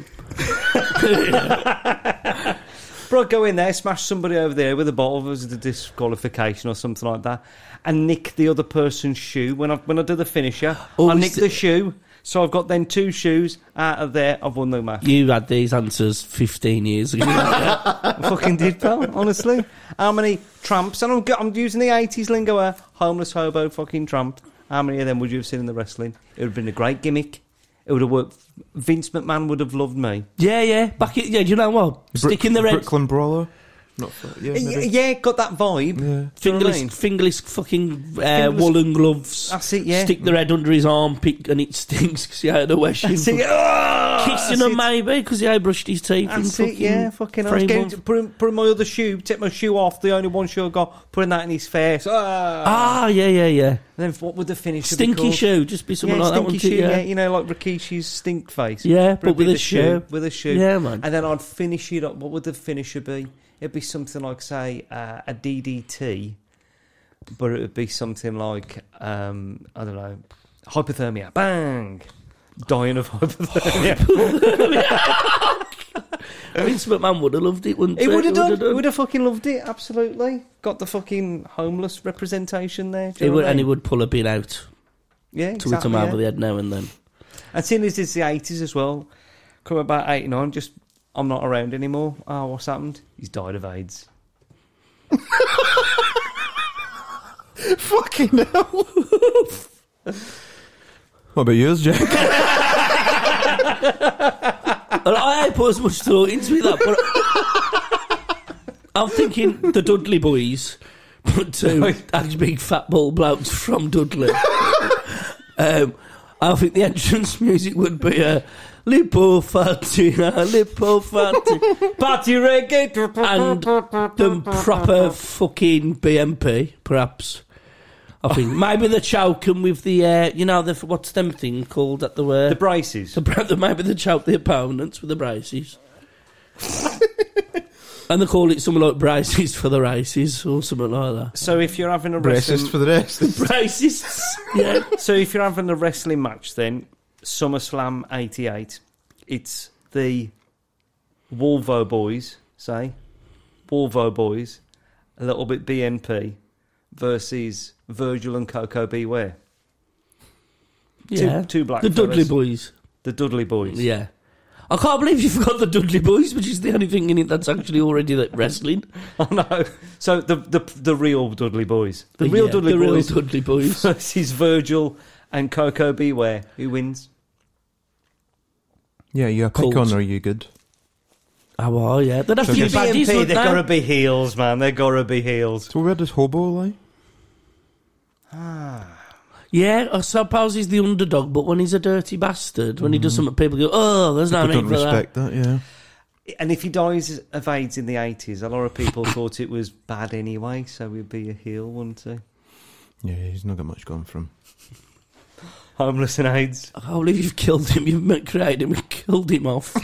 C: Bro, go in there, smash somebody over there with a bottle as a disqualification or something like that, and nick the other person's shoe. When I when I do the finisher,
A: <gasps> Oh,
C: I
A: is
C: nick
A: it-
C: the shoe, so I've got then two shoes out of there. I've won the match.
A: You had these answers 15 years
C: <laughs>
A: ago.
C: I fucking did, pal.
A: <laughs>
C: Honestly, how many tramps? And I'm go- I'm using the '80s lingo here. Homeless hobo, fucking tramp. How many of them would you have seen in the wrestling? It would have been a great gimmick. It would have worked. Vince McMahon would have loved me.
A: yeah, yeah. Back in, yeah, you know what?
B: Brook-
A: Stick in the red.
B: Brooklyn Brawler. Not for, yeah,
C: Yeah,
B: maybe.
C: yeah, got that
A: Mm.
C: vibe.
B: yeah.
C: Do you know what
A: Fingerless,
C: I mean?
A: fingerless fucking uh,
C: Fingerless-
A: woolen gloves.
C: That's it, yeah.
A: Stick the head under his armpit and it <laughs> stinks because he had a washing.
C: That's it. Ah,
A: Kissing
C: that's
A: him
C: it.
A: maybe because he had brushed his teeth. in
C: That's it,
A: fucking
C: yeah, fucking. I was
A: frame
C: getting
A: of-
C: to put, in, put in my other shoe, take my shoe off, the only one shoe I got, putting that in his face. Ah!
A: Ah, yeah, yeah, yeah.
C: And then what would the finish be
A: Stinky
C: called?
A: shoe, just be something
C: yeah,
A: like that
C: stinky
A: one
C: shoe,
A: too.
C: yeah.
A: Yeah,
C: you know, like Rikishi's stink face.
A: yeah
C: it'd
A: but with a
C: be the
A: shoe.
C: With a shoe.
A: Yeah, man.
C: And then I'd finish it up. What would the finisher be? It'd be something like, say, uh, a DDT, but it would be something like, um, I don't know, hypothermia. Bang! Dying
A: <laughs>
C: of hypothermia.
A: Vince McMahon would have loved it, wouldn't he?
C: It would have done.
A: He
C: It would have fucking loved it. Absolutely. Got the fucking homeless representation there. do you
A: He
C: know
A: would,
C: what I
A: and he
C: mean?
A: would pull a bin out
C: Yeah,
A: to hit
C: exactly.
A: him over
C: Yeah.
A: the head now and then.
C: And seeing as it's the eighties as well, Come about eight and nine, just I'm not around anymore. Oh, what's happened? He's died of AIDS.
B: Fucking hell. what about yours, Jack?
A: And I ain't put as much thought into that, but I'm thinking the Dudley boys, but
C: <laughs>
A: two actually big fat ball blokes from Dudley. um, I think the entrance <laughs> music would be a Lipo Fatti, Lipo Fatti, Party Reggae, and the proper fucking BMP, perhaps. I
C: <laughs>
A: think maybe the choking with the, uh, you know, the what's them thing called that they were?
C: The
A: <laughs>
C: braces.
A: The bra- they might be the choke the opponents with the
C: <laughs>
A: braces. and they call it something like braces for the races or something like
C: So if you're having a
B: Racist
C: wrestling,
B: for the rest. <laughs>
A: that. Braces? yeah.
C: so if you're having a wrestling match, then SummerSlam '88, it's the Volvo boys, say Volvo boys, a little bit BNP versus Virgil and Coco Beware.
A: yeah.
C: Two, two black
A: the Dudley
C: fellas.
A: Boys.
C: The Dudley boys. <laughs>
A: Yeah. I can't believe you forgot the Dudley Boys, which is the only thing in it that's actually already like wrestling.
C: I know. Oh, So the the the real Dudley boys. The real
A: Yeah,
C: Dudley
A: the
C: boys
A: real Dudley Boys.
C: <laughs> versus Virgil and Coco Beware. Who wins?
B: Yeah, you a
A: Cold.
B: pick on, or are you good?
A: oh, well, yeah. They'd have
B: So
A: to be
B: just-
A: baddies, wouldn't
C: BNP, they're
A: they?
C: gotta be heels, man. They're gotta be heels.
B: So where does Hobo lie?
A: Yeah, I suppose he's the underdog, but when he's a dirty bastard, when he
C: Mm.
A: does something, people go, oh, there's no
B: People
A: need
B: don't
A: for that.
B: respect that. yeah.
C: And if he dies of AIDS in the 80s, a lot of people thought it was bad anyway, so he'd be a heel, wouldn't he?
B: Yeah, he's not got much gone from.
C: Homeless and AIDS.
A: I can't believe you've killed him. You've met- created him <laughs> and killed him
C: <laughs>
A: off.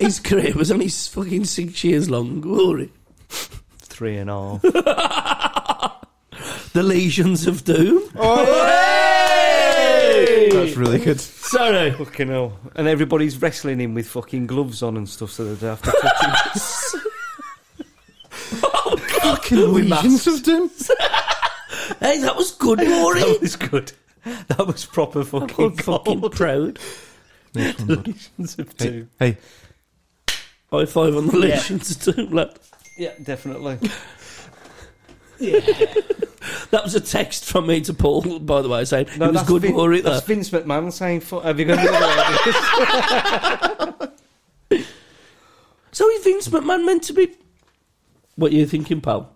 A: his career was only s- fucking six years long. Glory.
C: Three and a half.
A: The lesions of
C: <laughs>
A: doom.
C: Oh,
B: That's really good.
A: Sorry.
C: fucking hell. And everybody's wrestling him with fucking gloves on and stuff, so they'd have to <laughs> touch him.
B: Fucking
A: We
B: <laughs> legions of doom.
A: Hey, that was good, Rory.
C: That was good. That was proper
A: I'm <laughs>
C: fucking
A: fucking
C: gold.
A: proud.
B: Next one, bud.
C: Legions of
B: Hey,
C: Doom.
B: hey,
A: High five on the lesions of doom, lad.
C: Yeah, definitely.
A: That was a text from me to Paul, by the way, saying it was
C: that's
A: good,
C: Vin-
A: Rory.
C: That's
A: That.
C: Vince McMahon saying, "Fu- have you got any other ideas?"
A: So is Vince McMahon meant to be... What are you thinking, pal?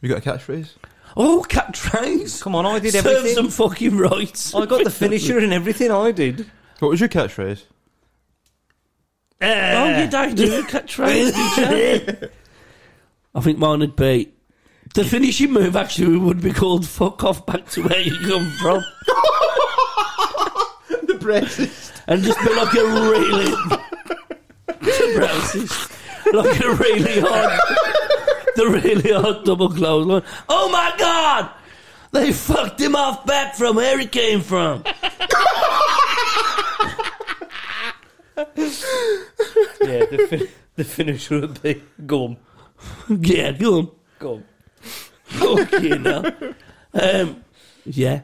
B: you got a catchphrase?
A: Oh, catchphrase.
C: Come on, I did
A: Serves them
C: everything.
A: fucking right.
C: I got
A: <laughs>
C: the finisher and everything I <laughs> did.
B: What was your catchphrase?
A: Oh, you don't do a catchphrase, did you? <laughs> I think mine would be the finishing move. Actually, would be called "fuck off back to where you come from,"
B: The braces.
A: and just be like a really <laughs> racist, like a really hard, the really hard double clothesline. Oh my god! They fucked him off back from where he came from. <laughs>
C: Yeah, the, fin- the finisher would be gum,
A: yeah, go on.
C: gum.
A: Fucking hell. Um, yeah.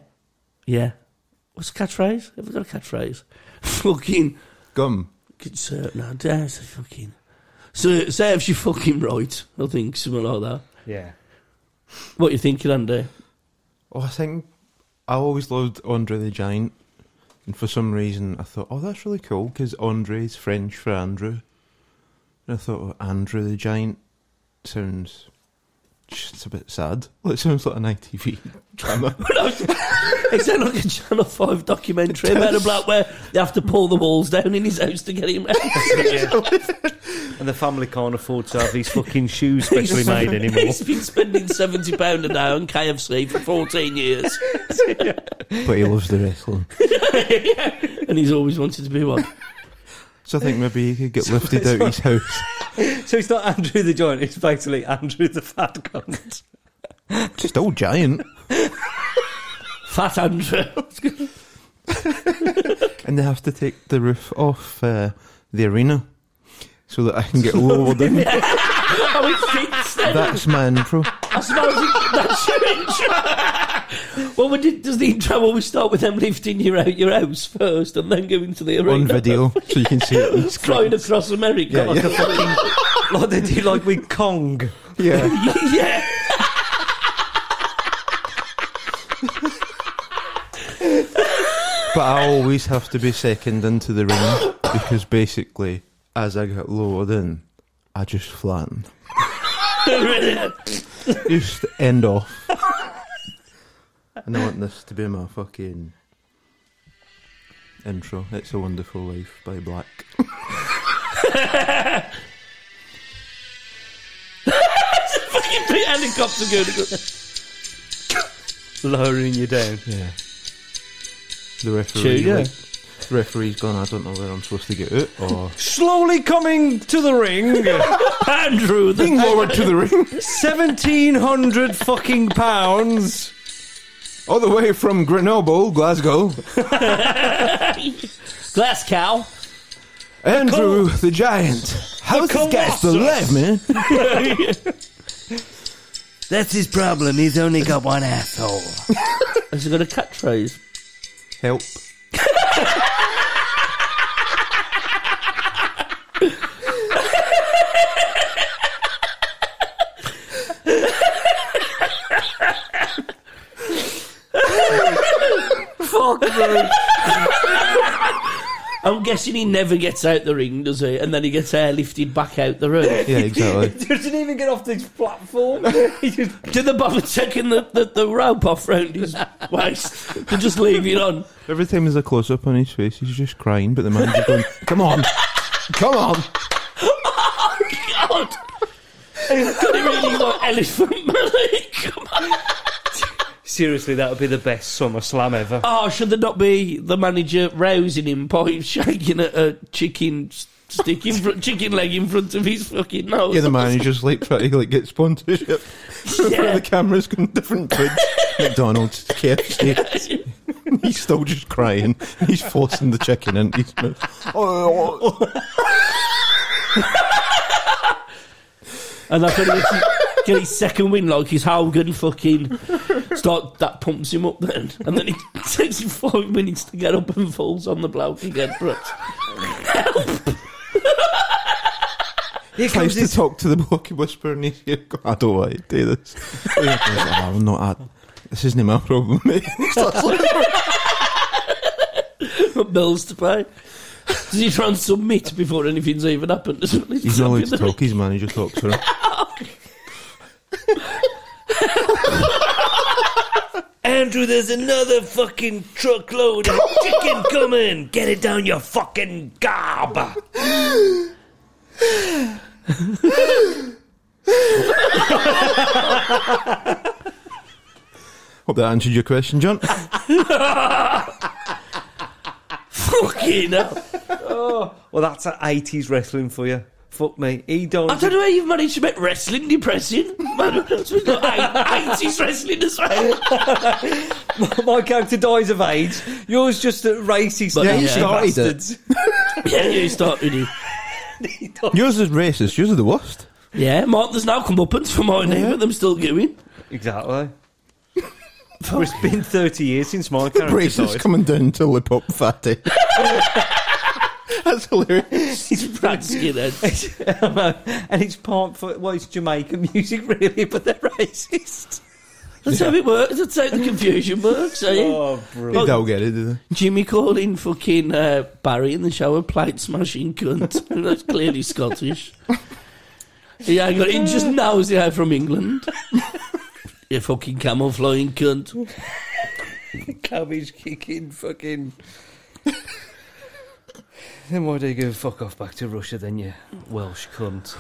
A: Yeah. What's the catchphrase? Have we got a catchphrase? <laughs> fucking.
B: Gum.
A: Sir, no, there's a fucking. So, serves you fucking right, I think, something like that.
C: Yeah.
A: What you thinking, Andy?
B: Oh, I think I always loved Andre the Giant, and for some reason I thought, oh, that's really cool because Andre's French for Andrew. And I thought, oh, Andrew the Giant sounds just a bit sad. Well, it sounds like an ITV <laughs> drama.
A: Is that like a Channel 5 documentary about a bloke where they have to pull the walls down in his house to get him out?
C: <laughs> And the family can't afford to have these fucking shoes specially made anymore.
A: He's been spending £70 a day on KFC for 14 years.
B: but he loves the wrestling.
A: And he's always wanted to be one.
B: So I think maybe he could get lifted out of his house.
C: <laughs> so it's not Andrew the Giant, it's basically Andrew the Fat Cunt.
B: Just old giant.
A: Fat <laughs> Andrew.
B: And they have to take the roof off uh, the arena so that I can <laughs> get lower than.
A: Oh, it fits then.
B: That's my intro.
A: I suppose it, that's your intro. well, we did, does the intro always start with them lifting you out your house first and then going to the
B: on
A: arena?
B: video, so you can see it. on screen.
A: Flying across America.
B: Yeah,
A: like
B: yeah.
A: a fucking-
C: <laughs> like they do, like with Kong.
B: Yeah,
A: <laughs> yeah.
B: but I always have to be second into the ring because basically, as I get lowered in, I just flatten. Just end off. and I want this to be my fucking intro. It's a Wonderful Life by Black.
A: fucking big helicopter going. across.
C: Lowering you down.
B: Yeah. The referee,
A: Tune,
B: like, the referee's gone. I don't know whether I'm supposed to get out or
C: Slowly coming to the ring.
A: Andrew, the
B: being lowered to the ring,
C: <laughs> Seventeen hundred fucking pounds.
B: all the way from Grenoble, Glasgow.
A: glass cow.
B: Andrew the Giant. How's
C: The
B: this guy still
C: Colossus.
B: alive, man?
C: That's his problem. He's only got one <laughs> asshole.
A: Has he got a catchphrase?
B: Help.
A: Fuck me. I'm guessing he never gets out the ring, does he? And then he gets airlifted back out the ring.
B: Yeah,
C: <laughs>
B: exactly.
C: doesn't even get off this platform. <laughs> He just-
A: Did they bother taking the, the, the rope off round his waist? They just leave it on.
B: Every time there's a close up on his face, he's just crying, but the manager's going, Come on, come on.
A: God! Got it really like elephant Malik. Come on.
C: Seriously, that would be the best summer slam ever.
A: <laughs> Oh, should there not be the manager rousing him by shaking a, a chicken s- stick in front, chicken leg in front of his fucking nose?
B: Yeah, the manager's like trying to like get sponsorship. <laughs> So
A: Yeah.
B: the cameras going different places. McDonald's, KFC. <laughs> He's still just crying. He's forcing the chicken into his mouth. Oh, oh, oh.
A: <laughs> And that's when he gets his, get his second win, like his Hogan fucking start that pumps him up then, and then it <laughs> takes him five minutes to get up and falls on the bloke again. But
C: Here
B: tries to talk to the bloke and whisper in his ear, "God, I don't want to do this. He's like, "Oh, I'm not at this isn't my problem, mate. He starts like-
A: bills to pay. Does he try and submit before anything's even happened? <laughs>
B: He's not allowed to talk, his manager talks to him.
D: Andrew, there's another fucking truckload
A: <laughs>
D: of chicken coming. Get it down your fucking gob.
B: Hope that answered your
C: <laughs>
B: question, John.
A: Fucking hell.
C: Well, that's an 80s wrestling for you. Fuck me. He
A: I
C: don't.
A: don't know how you've managed to make wrestling depressing. Man, <laughs> we've got 80s wrestling as well.
D: <laughs>
C: <laughs> My character dies of AIDS. Yours just at racist.
A: But
C: Yeah,
A: yeah,
C: you
A: you
B: started it.
C: bastards. <laughs>
A: Yeah, you started it.
B: Yours is racist, yours are the worst.
A: Yeah, Mark, there's now comeuppance for my name, but I'm
D: <laughs>
A: still going.
C: <laughs> Exactly. it's been 30 years since my character
B: Braces
C: died.
B: coming down to lip up fatty. <laughs> That's hilarious.
A: He's practicing
D: <laughs>
A: it.
C: <laughs> and it's part for well, it's Jamaican <laughs> music really, but they're racist.
A: That's how it works. That's how the confusion works. Eh?
D: Oh,
C: <laughs>
B: They
C: brilliant!
B: don't get it, do they?
A: Jimmy calling fucking uh, Barry in the shower plate smashing cunt. <laughs> That's clearly Scottish. Yeah, I got it just knows the guy from England. <laughs> you fucking camel flying cunt.
C: Cabbage kicking, fucking. then why do you go fuck off back to Russia? Then you Welsh cunt,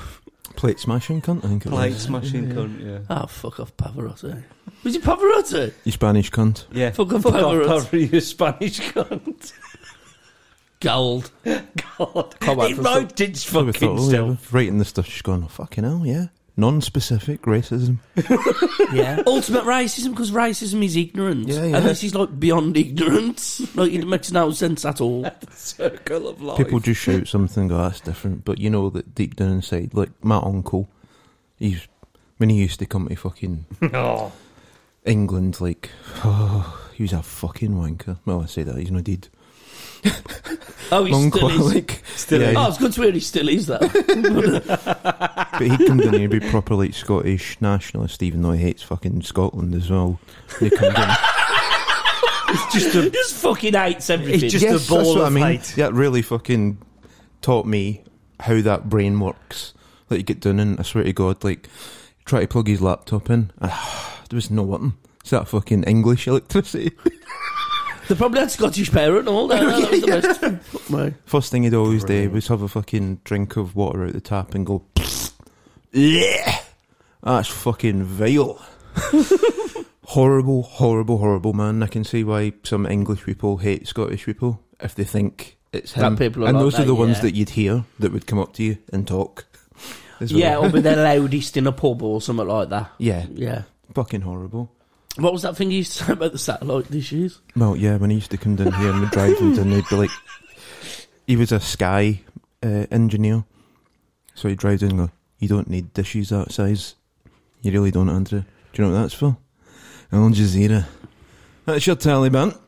B: Plate smashing cunt, I think it was.
C: plate smashing cunt, yeah.
A: Oh, fuck off Pavarotti. Was it Pavarotti?
B: You Spanish cunt.
C: Yeah,
A: Fuck off,
C: fuck off,
A: Pavarotti.
C: Pavarotti, <laughs> you Spanish cunt.
A: Gold.
C: God,
A: Come on,
C: he
A: for
C: wrote it
B: Probably thought,
C: fucking
B: oh, yeah,
C: self.
B: writing this stuff, she's going, oh, fucking hell, yeah. Non specific racism.
A: Yeah. Ultimate racism because racism is ignorance.
B: Yeah, yeah.
A: And this is like beyond ignorance. Like it makes no sense at all.
C: Circle of life. <laughs>
B: People just shout something, go, that's different. But you know that deep down inside, like my uncle, he's when he used to come to fucking
C: Oh,
B: England, like, oh, he was a fucking wanker. Well, I say that, he's no deed.
A: <laughs> Oh, he still
B: Monk,
A: is.
B: <laughs> like,
C: Still
B: yeah,
C: is.
A: Oh, it's good to hear he still is, <laughs> though.
B: but he come down here and be proper, like, Scottish nationalist, even though he hates fucking Scotland as well. They come
C: <laughs>
B: down.
A: just, just fucking hates everything.
C: It's just- a ball of hate.
B: That really fucking taught me how that brain works. That you get done in. I swear to God, like try to plug his laptop in, and there was no button. It's that fucking English <laughs> electricity.
A: they probably had Scottish parent and all <laughs> that. that was the best. Fuck
C: <laughs>
A: me.
B: First thing he'd always do was have a fucking drink of water out the tap and go, <sniffs> yeah, that's fucking vile. <laughs> horrible, horrible, horrible man. I can see why some English people hate Scottish people if they think it's
A: That
B: him.
A: people are
B: and
A: like
B: those are
A: that,
B: the ones
A: yeah.
B: that you'd hear that would come up to you and talk. <laughs> as well.
A: Yeah, oh. or be
B: <laughs>
A: the loudest in a pub or something like that.
B: yeah,
A: Yeah.
B: fucking horrible.
A: What was that thing you used to say about the satellite
B: <laughs>
A: dishes?
B: Well, yeah, when he used to come down here and we'd drive him down, they'd be like, he was a sky uh, engineer. So he'd drive down and go, You don't need dishes that size. You really don't, Andrew. Do you know what that's for? Al Jazeera. That's your Taliban.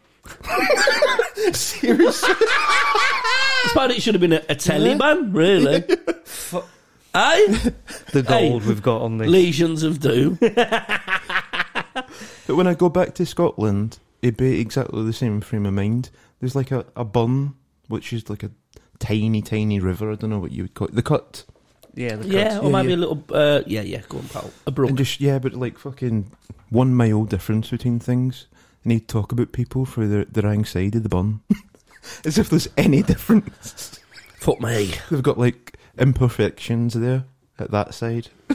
B: Seriously?
A: I suppose it should have been a, a Taliban,
B: <laughs>
A: really. Aye?
C: The
A: Hey.
C: gold we've got on this.
A: Legions of
B: <laughs>
A: Doom.
B: But when I go back to Scotland, it'd be exactly the same frame of mind. There's like a, a burn, which is like a tiny, tiny river. I don't know what you would call it. The cut.
C: Yeah, the
A: yeah,
C: cuts.
A: or
B: yeah,
A: maybe
B: yeah.
A: a little. Uh, yeah, yeah, go on, pal. A brook.
B: And just yeah, but like fucking one mile difference between things, and he'd talk about people for their the wrong side of the bun, <laughs> as if there's any difference.
A: Fuck me.
B: They've got like imperfections there at that side. <laughs>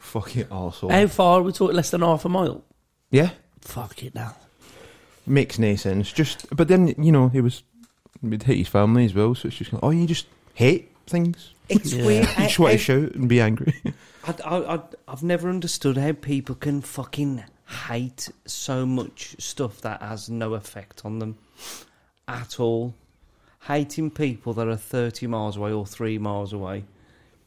B: Fucking arsehole.
A: How far are we talking? Less than half a mile?
B: yeah,
A: Fuck it now.
B: makes no sense. Just but then you know he was he'd hit his family as well, so it's just oh you just hate things.
C: It's
A: Yeah.
C: weird.
B: You just want to shout and be angry. <laughs>
C: I, I, I, I've never understood how people can fucking hate so much stuff that has no effect on them at all. Hating people that are 30 miles away or 3 miles away.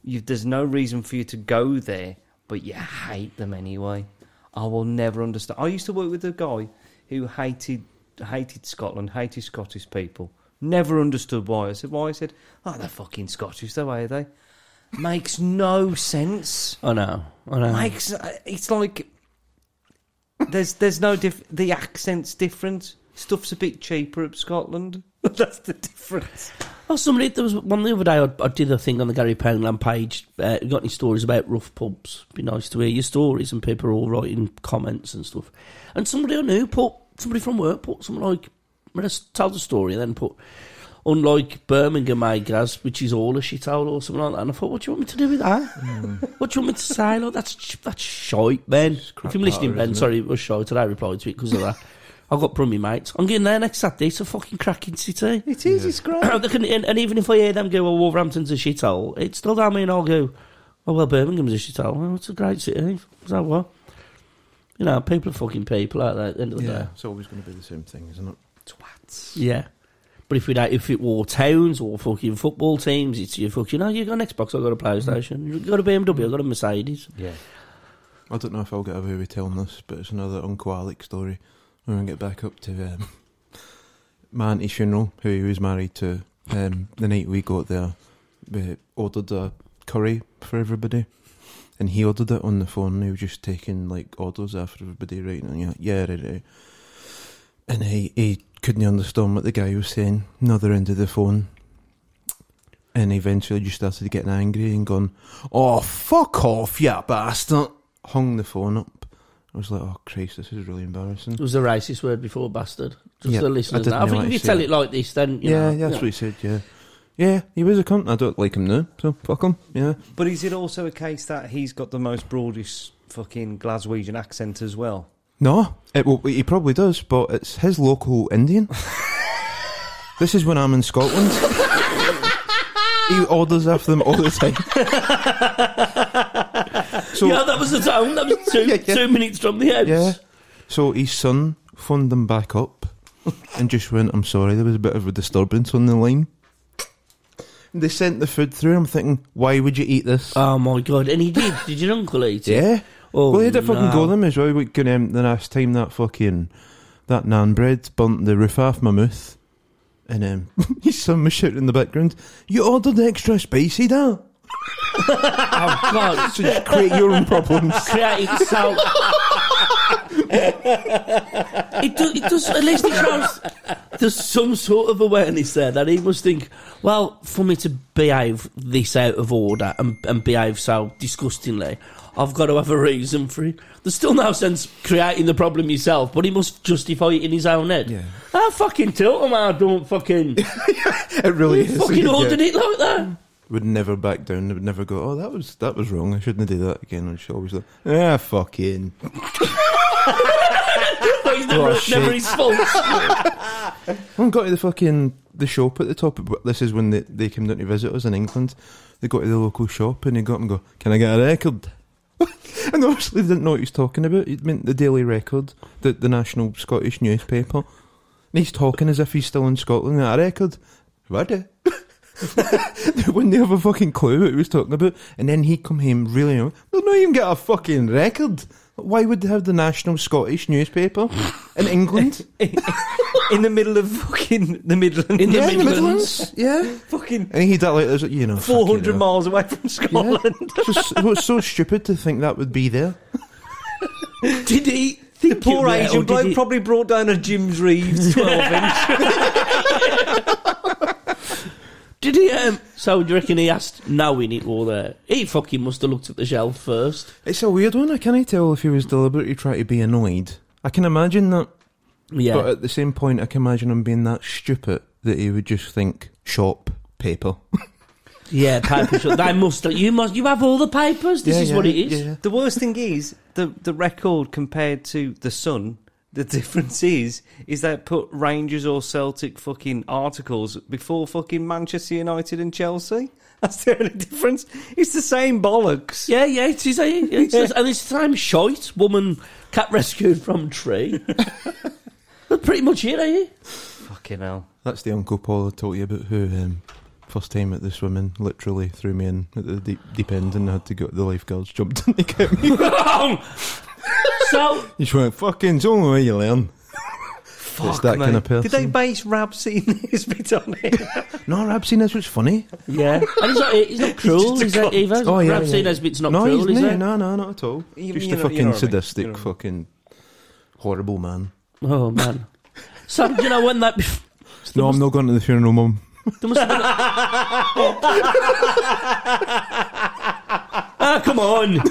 C: You, there's no reason for you to go there, but you hate them anyway. I will never understand. I used to work with a guy who hated hated Scotland, hated Scottish people. Never understood why. I said, why? I said, oh, they're fucking Scottish, though, are they? Makes no sense.
A: I know. I know.
C: Makes uh, it's like there's there's no diff. The accent's different. Stuff's a bit cheaper up Scotland. <laughs> That's the difference.
A: Oh, somebody, there was one the other day, I, I did a thing on the Gary Poundland page. Uh, you got any stories about rough pubs? Be nice to hear your stories, and people are all writing comments and stuff. And somebody I knew put, somebody from work put something like, I'm going to tell the story, and then put, unlike Birmingham, I guess, which is all a shithole or something like that. And I thought, what do you want me to do with that?
B: Hmm.
A: What do you want me to say? Like, that's, sh- that's shite, Ben. If
B: crap
A: you're listening,
B: matter,
A: Ben,
B: isn't it?
A: sorry, it was shite, and I replied to it because of that. I got brummy mates. I'm getting there next Saturday. It's a fucking cracking city.
C: It is. It's great.
A: <clears throat> They can- and, and even if I hear them go, well, Wolverhampton's a shithole, it's still down me and I'll go, oh, well, Birmingham's a shithole. Well, it's a great city. Is that what? You know, people are fucking people, aren't they, at the end of the day?
B: it's always going to be the same thing, isn't it?
C: Twats.
A: Yeah. But if we don't, if it were towns or fucking football teams, it's you fucking, oh, you got an Xbox, I got a
B: Mm.
A: PlayStation. You got a BMW, I got a Mercedes.
C: Yeah.
B: I don't know if I'll get away with telling this, but it's another Uncle Alec story. When we get back up to um, my auntie's funeral, who he was married to, um, the night we got there, we ordered a curry for everybody, and he ordered it on the phone. He was just taking like orders after everybody, right? And yeah, yeah, right, right. And he he couldn't understand what the guy was saying. Another end of the phone. And eventually just started getting angry and gone, Oh, fuck off, you bastard hung the phone up. I was like, oh Christ, this is really embarrassing.
A: It was a racist word before, bastard. Just
B: Mm. Yeah,
A: the
B: I
A: listeners.
B: didn't
A: now. I think
B: realise
A: if you tell
B: that.
A: it like this, then, you
B: yeah,
A: know.
B: yeah, that's
A: you know.
B: what he said. Yeah, yeah, he was a cunt. I don't like him now, so fuck him. Yeah,
C: <coughs> But is it also a case that he's got the most broadest fucking Glaswegian accent as well?
B: no, it will, he probably does, but it's his local Indian. <laughs> this is when I'm in Scotland. <laughs> he orders after them all the time. <laughs> so
A: yeah, that was the time.
B: <laughs>
A: That was two,
B: Yeah, yeah.
A: two minutes from the house.
B: Yeah. So his son phoned them back up and just went, I'm sorry, there was a bit of a disturbance on the line. And they
A: Uh,
B: sent the food through. I'm thinking, why would you eat this?
A: Oh my god! And he did. did your uncle eat it?
B: yeah.
A: Oh,
B: well, he had a fucking
A: no.
B: golem as well. We can um, the last time that fucking that nan bread burnt the roof off my mouth, and um, <laughs> his son was shouting in the background. You ordered extra spicy, da?
A: Oh,
B: <laughs>
A: God.
B: So just create your
A: <laughs>
B: own problems.
A: creating sound. it, do, it does, at least it shows there's some sort of awareness there that he must think, well, for me to behave this out of order and, and behave so disgustingly, I've got to have a reason for it. There's still no sense creating the problem yourself, but he must justify it in his own head.
B: Yeah.
A: I fucking told him I don't
B: <laughs>
A: fucking,
B: It really is.
A: fucking
B: <laughs> Yeah.
A: ordered it like that.
B: Would never back down. Would never go. Oh, that was that was wrong. I shouldn't have done that again. And she always like, ah, fucking.
A: But it's never,
B: Oh,
A: it's never
B: shit.
A: his fault.
B: When we got to the fucking the shop at the top, of- this is when they, they came down to visit us in England. They go to the local shop and they got him and go, "Can I get a record?" <laughs> and obviously they didn't know what he was talking about. It meant the Daily Record, the the national Scottish newspaper. And he's talking as if he's still in Scotland. A record, what? the-" they <laughs> wouldn't have a fucking clue what he was talking about. And then he come home really, annoyed, they'll not even get a fucking record. Why would they have the national Scottish newspaper in England?
C: in the middle of fucking the
A: <laughs>
C: Midlands.
A: In the
B: yeah, in the
A: Midlands.
B: Midlands. Yeah.
C: fucking
B: And he did that like there's you know
C: four hundred
B: fucking, uh,
C: miles away from
B: yeah.
C: Scotland.
B: It's just- it was so stupid to think that would be there.
A: Did he
C: The
A: think
C: poor
A: it were, or
C: Asian
A: did
C: bloke
A: he-
C: probably brought down a Jim's
A: <laughs>
C: Reeves twelve inch.
A: Did he? Um, so do you reckon he asked, knowing it all there? He fucking must have looked at the shelf first.
B: It's a weird one. I can't tell if he was deliberately trying to be annoyed. I can imagine that,
A: Yeah.
B: but uh, at the same point, I can imagine him being that stupid that he would just think shop
C: <laughs>
B: paper.
A: yeah, paper shop. They must. You must. You have all the papers. This
B: Yeah,
A: is
B: yeah,
A: what it is.
B: yeah.
C: The worst thing is the the record compared to the Sun. The <laughs> difference is is they put Rangers or Celtic fucking articles before fucking Manchester United and Chelsea. <laughs> That's the only difference. It's the same bollocks.
A: Yeah, yeah, it is. eh? It's, it's, and it's time shite. Woman cat rescued from tree. That's pretty much it, eh?
C: Fucking hell.
B: That's the Uncle Paul I told you about who um, first time at the swimming literally threw me in at the deep, deep end and I had to go. The lifeguards jumped <laughs> in to get me.
A: so
B: He just went fucking. It's the only way you learn. <laughs>
C: Fuck,
B: that
C: mate.
B: kind of
C: Did they
B: person.
C: base Rabsy and <laughs> his bit on it?
B: No, I've seen this. What's funny?
A: yeah, and he's not. He's not cruel,
C: just a
A: is it?
C: cunt.
A: Either.
B: Oh, yeah,
A: Perhaps
B: yeah,
A: he
B: yeah.
A: knows it's not
B: no,
A: cruel,
B: he's,
A: is
B: no,
A: it?
B: no, no, not at all.
C: You-
B: Just
C: you
B: a
C: know- you
B: fucking
C: know what I mean.
B: sadistic,
C: You know what I mean.
B: fucking horrible man.
A: Oh man. So you know when that
B: No, I'm not going to the funeral, mum.
A: There must have been. ah, come on! You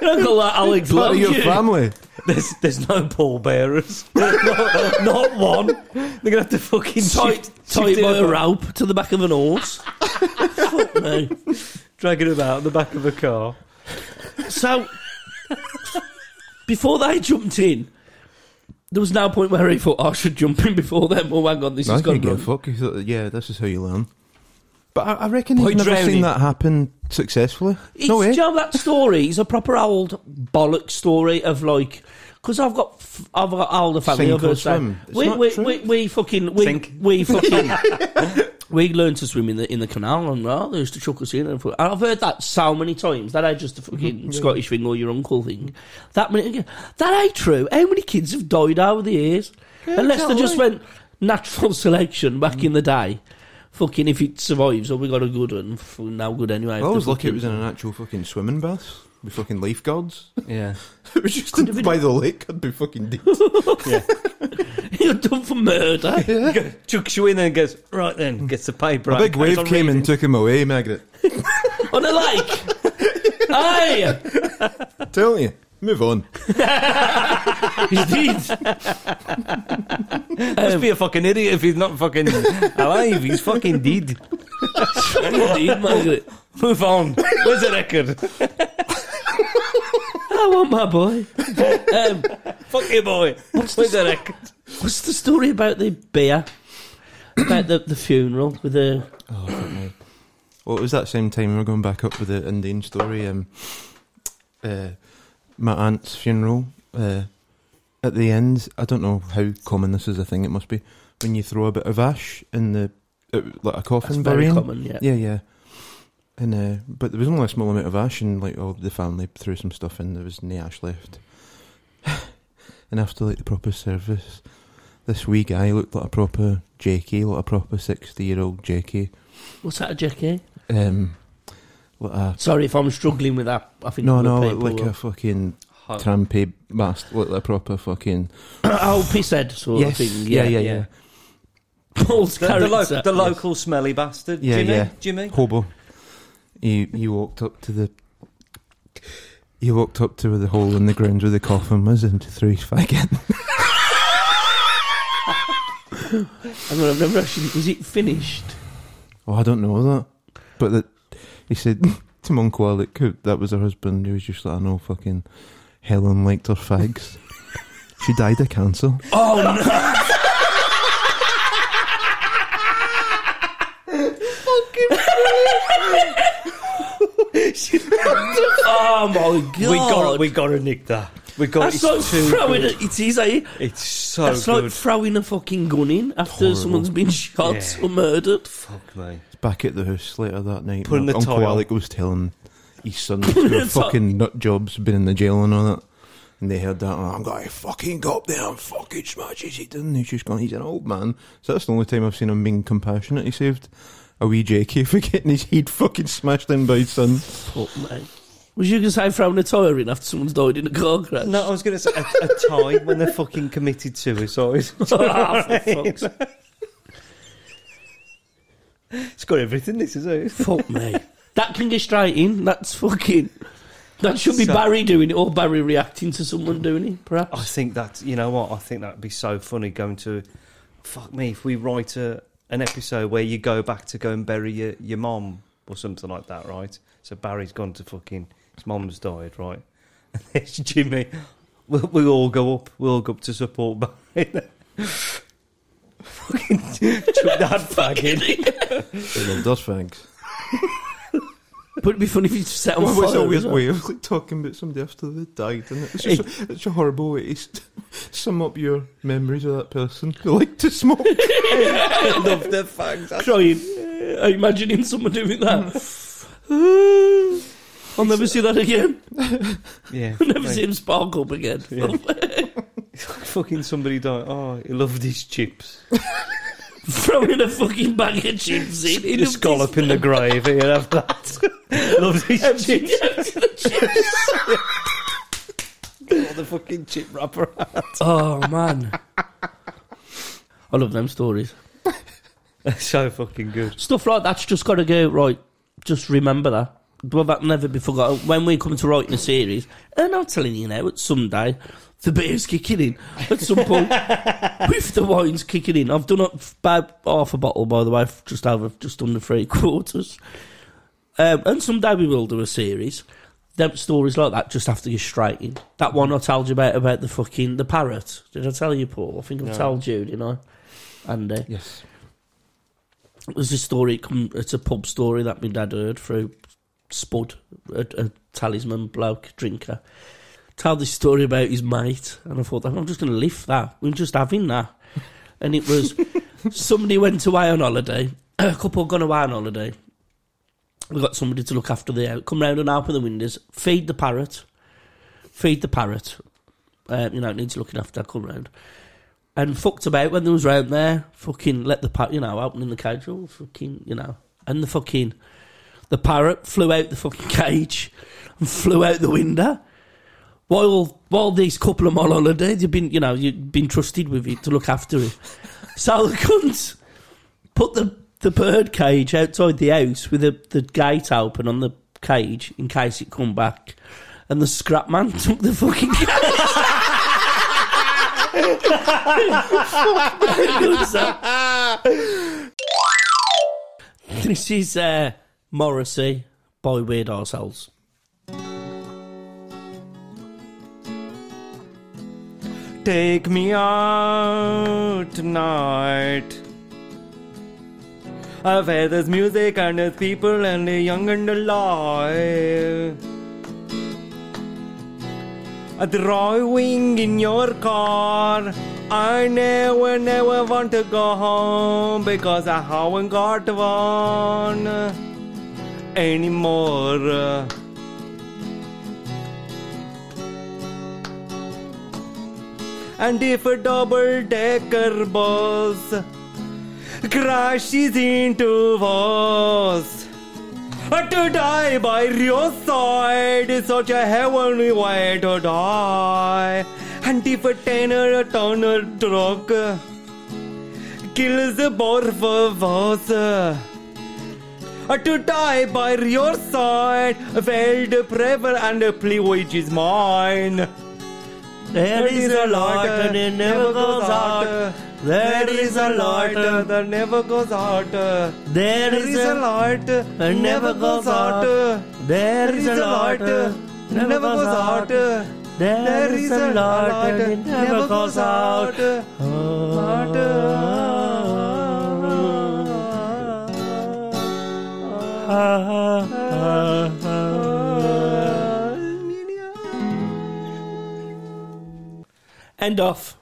A: don't go like Alex
B: Part
A: love
B: of your
A: you.
B: family.
C: There's there's no pallbearers. <laughs> not, not one. They're gonna have to fucking
A: Tied,
C: shift-
A: tied
C: shift
A: by
C: it
A: a
C: up,
A: rope to the back of an horse. Fuck me.
C: drag it about the back of a car.
A: So, before they jumped in, there was no point where he thought, "Oh, I should jump in before them. Oh, hang on, this
B: No, I
A: has gone
B: can't give a
A: wrong.
B: fuck. He thought, Yeah, this is how you learn. But I, I reckon
A: By
B: he's never
A: drowning.
B: seen that happen successfully.
A: It's,
B: no
A: do
B: way.
A: you know that story is a proper old bollock story of like. Because I've got, f- I've got older family.
B: Sink
A: I've got
B: or
A: to say,
B: swim. It's
A: We,
B: not
A: we,
B: true.
A: we, we fucking, we,
C: Sink.
B: <laughs>
A: we fucking, we learned to swim in the in the canal, and uh, they used to chuck us in. And, fu- and I've heard that so many times. That ain't just a
B: Mm-hmm.
A: fucking Scottish thing or your uncle thing. That many, again, that ain't true. How many kids have died over the years? Unless they just went natural <laughs> selection back in the day. Fucking if it survives, or we got a good one. F- No good anyway.
B: I
A: if
B: was
A: the
B: lucky it
A: fucking-
B: was in an actual fucking swimming bath with fucking lifeguards.
C: Yeah.
B: <laughs> it was just in, by the lake. I'd be fucking dead.
A: <laughs> You're done for murder.
B: Yeah.
C: Chucks you in there and goes, right then, gets the paper.
B: A
C: out.
B: big wave
C: It's
B: came
C: on
B: and took him away, Margaret.
A: On a lake. Aye.
B: Tell you. Move on.
A: He did.
C: reading. Must be a fucking idiot if he's not fucking alive. He's fucking dead.
A: He did, Margaret.
C: Move on. Where's the record?
A: I want my boy. Um,
C: Fuck you, boy. Where's the record?
A: what's the story about the beer? About the, the funeral with the.
B: Oh, fuck me. Well, it was that same time we were going back up with the Indian story. Um, uh, my aunt's funeral. Uh, at the end, I don't know how common this is a thing. It must be when you throw a bit of ash in the uh, like a
A: That's
B: coffin
A: very
B: burying.
A: common, yeah.
B: Yeah, yeah. And uh, but there was only a small amount of ash, and like all the family threw some stuff in. There was no ash left. <sighs> and after like the proper service, this wee guy looked like a proper Jakey, like a proper sixty-year-old Jakey.
A: What's that, Jackie?
B: Um, like a
A: Sorry if I'm struggling with that. I think
B: no,
A: other
B: no,
A: people
B: like, like
A: will.
B: a fucking
C: Ho-
B: trampy bastard, like a proper fucking
A: <coughs> oh, pisshead sort
B: yes,
A: of thing. Yeah,
B: yeah, yeah,
C: yeah.
B: yeah,
A: Paul's
C: The, the,
A: character.
C: lo- the local smelly bastard.
B: Yeah,
C: Jimmy?
B: yeah.
C: Jimmy?
B: hobo. He he walked up to the. He walked up to the hole in the ground where the coffin was and threw <laughs> his fag in.
A: Hang on, I've never actually. Was it finished?
B: Oh, I don't know that. But that he said <laughs> to my uncle Alec, who- that was her husband, he was just like, I know fucking Helen liked her fags. <laughs> she died of cancer.
A: Oh no! oh my god!
C: We got we got to nick that. We got
A: That's
C: it's
A: like
C: too
A: throwing
C: good.
A: a, it is, eh?
C: It's so
A: That's
C: good.
A: like throwing a fucking gun in after
B: Horrible.
A: someone's been shot
C: Yeah.
A: or murdered.
C: Fuck me.
B: Back at the house later that night,
C: Putting
B: my
C: the
B: uncle
C: tie on.
B: Alec was telling his son
A: the
B: who
A: tie-
B: fucking nut jobs been in the jail and all that. And they heard that, and I'm going, fucking go up there and fucking smashes it, didn't he? He's just gone, he's an old man. So that's the only time I've seen him being compassionate. He saved a wee JK <laughs> for getting his head fucking smashed in by his son.
A: Fuck, mate. Was you gonna say throwing a tire in after someone's died in a car crash?
C: No, I was going to say a, a tie when they're fucking committed suicide.
A: Ah, <laughs> for fuck's
C: It's got everything. This is it.
A: Fuck me. That can go straight in. That's fucking. That should be
C: So-
A: Barry doing it or Barry reacting to someone doing it,
C: I
A: perhaps.
C: think that you know what I think that'd be so funny going to. Fuck me if we write a an episode where you go back to go and bury your your mom or something like that, right? So Barry's gone to fucking his mom's died, right? <laughs> And there's Jimmy. We, we all go up. We all go up to support <laughs> Barry. fucking chuck that bag in.
B: They loved us fags.
A: <laughs>
B: <laughs>
A: But it'd be funny if you set on
B: Well, it's
A: fire.
B: a weird
A: isn't it?
B: way of like, talking about somebody after they died, isn't it? It's, just a, it's a horrible way to s- <laughs> sum up your memories of that person. <laughs> They like to smoke.
C: I love the fags. That's
A: Crying. Uh, imagining someone doing that.
C: Mm.
A: Uh, <laughs> I'll never see that again.
C: Yeah.
A: I'll never
C: mate.
A: see him spark up again.
C: Yeah. Fucking somebody died. Oh, he loved his chips.
A: Throwing a fucking bag of chips in. He'd
C: Just
A: have <laughs>
C: scallop <laughs> in the gravy and have that. <laughs> loved his
A: just-
C: chips.
A: chips.
C: Got the fucking chip wrapper.
A: oh, man. I love them stories.
C: <laughs> so fucking good.
A: stuff like that's just got to go right. Just remember that. Well, that never be forgotten. When we come to writing a series, and I'm telling you now, at some day, the beer's kicking in. At some point, with the wine's kicking in, I've done up about half a bottle, by the way, f- just over, just under three <laughs> quarters. Um, and someday we will do a series. Them stories like that just have to go straight in. That one I told you about about the fucking the parrot. Did I tell you, Paul? I think I
C: No.
A: told you, didn't I? Andy.
B: Yes.
A: There's a story, it come- it's a pub story that my dad heard through Spud, a, a talisman bloke drinker. Tell this story about his mate, and I thought, I'm just going to lift that. We're just having that. <laughs> And it was somebody went away on holiday, <coughs> a couple gone away on holiday. We got somebody to look after the uh, come round and open the windows, feed the parrot, feed the parrot. Um, you know, it needs looking after. Come round and fucked about when there was round there. Fucking let the parrot, you know, opening the cage. Oh, fucking, you know, and the fucking the parrot flew out the fucking <laughs> cage and flew out the window. While while these couple of them on holiday, you've been, you know, you've been trusted with it to look after it. so the cunt put the the bird cage outside the house with the, the gate open on the cage in case it come back. And the scrap man <laughs> took the fucking cage. Who's <laughs> that? This is uh, Morrissey by Weird Ourselves.
C: Take me out tonight. I've had this music and this people and the young and alive. A drawing in your car. I never, never want to go home because I haven't got one. anymore. Uh, and if a double decker bus crashes into us, to die by your side is such a heavenly way to die. And if a tenor a tonner truck kills both of us, uh, to die by your side, failed prayer and a plea which is mine.
A: There is a light and it never goes out. There is a light and
C: that never goes out. There
A: there is a light
C: light that
A: never goes out. There is a light and never goes out. There is a light and it never goes out. Ah, End off.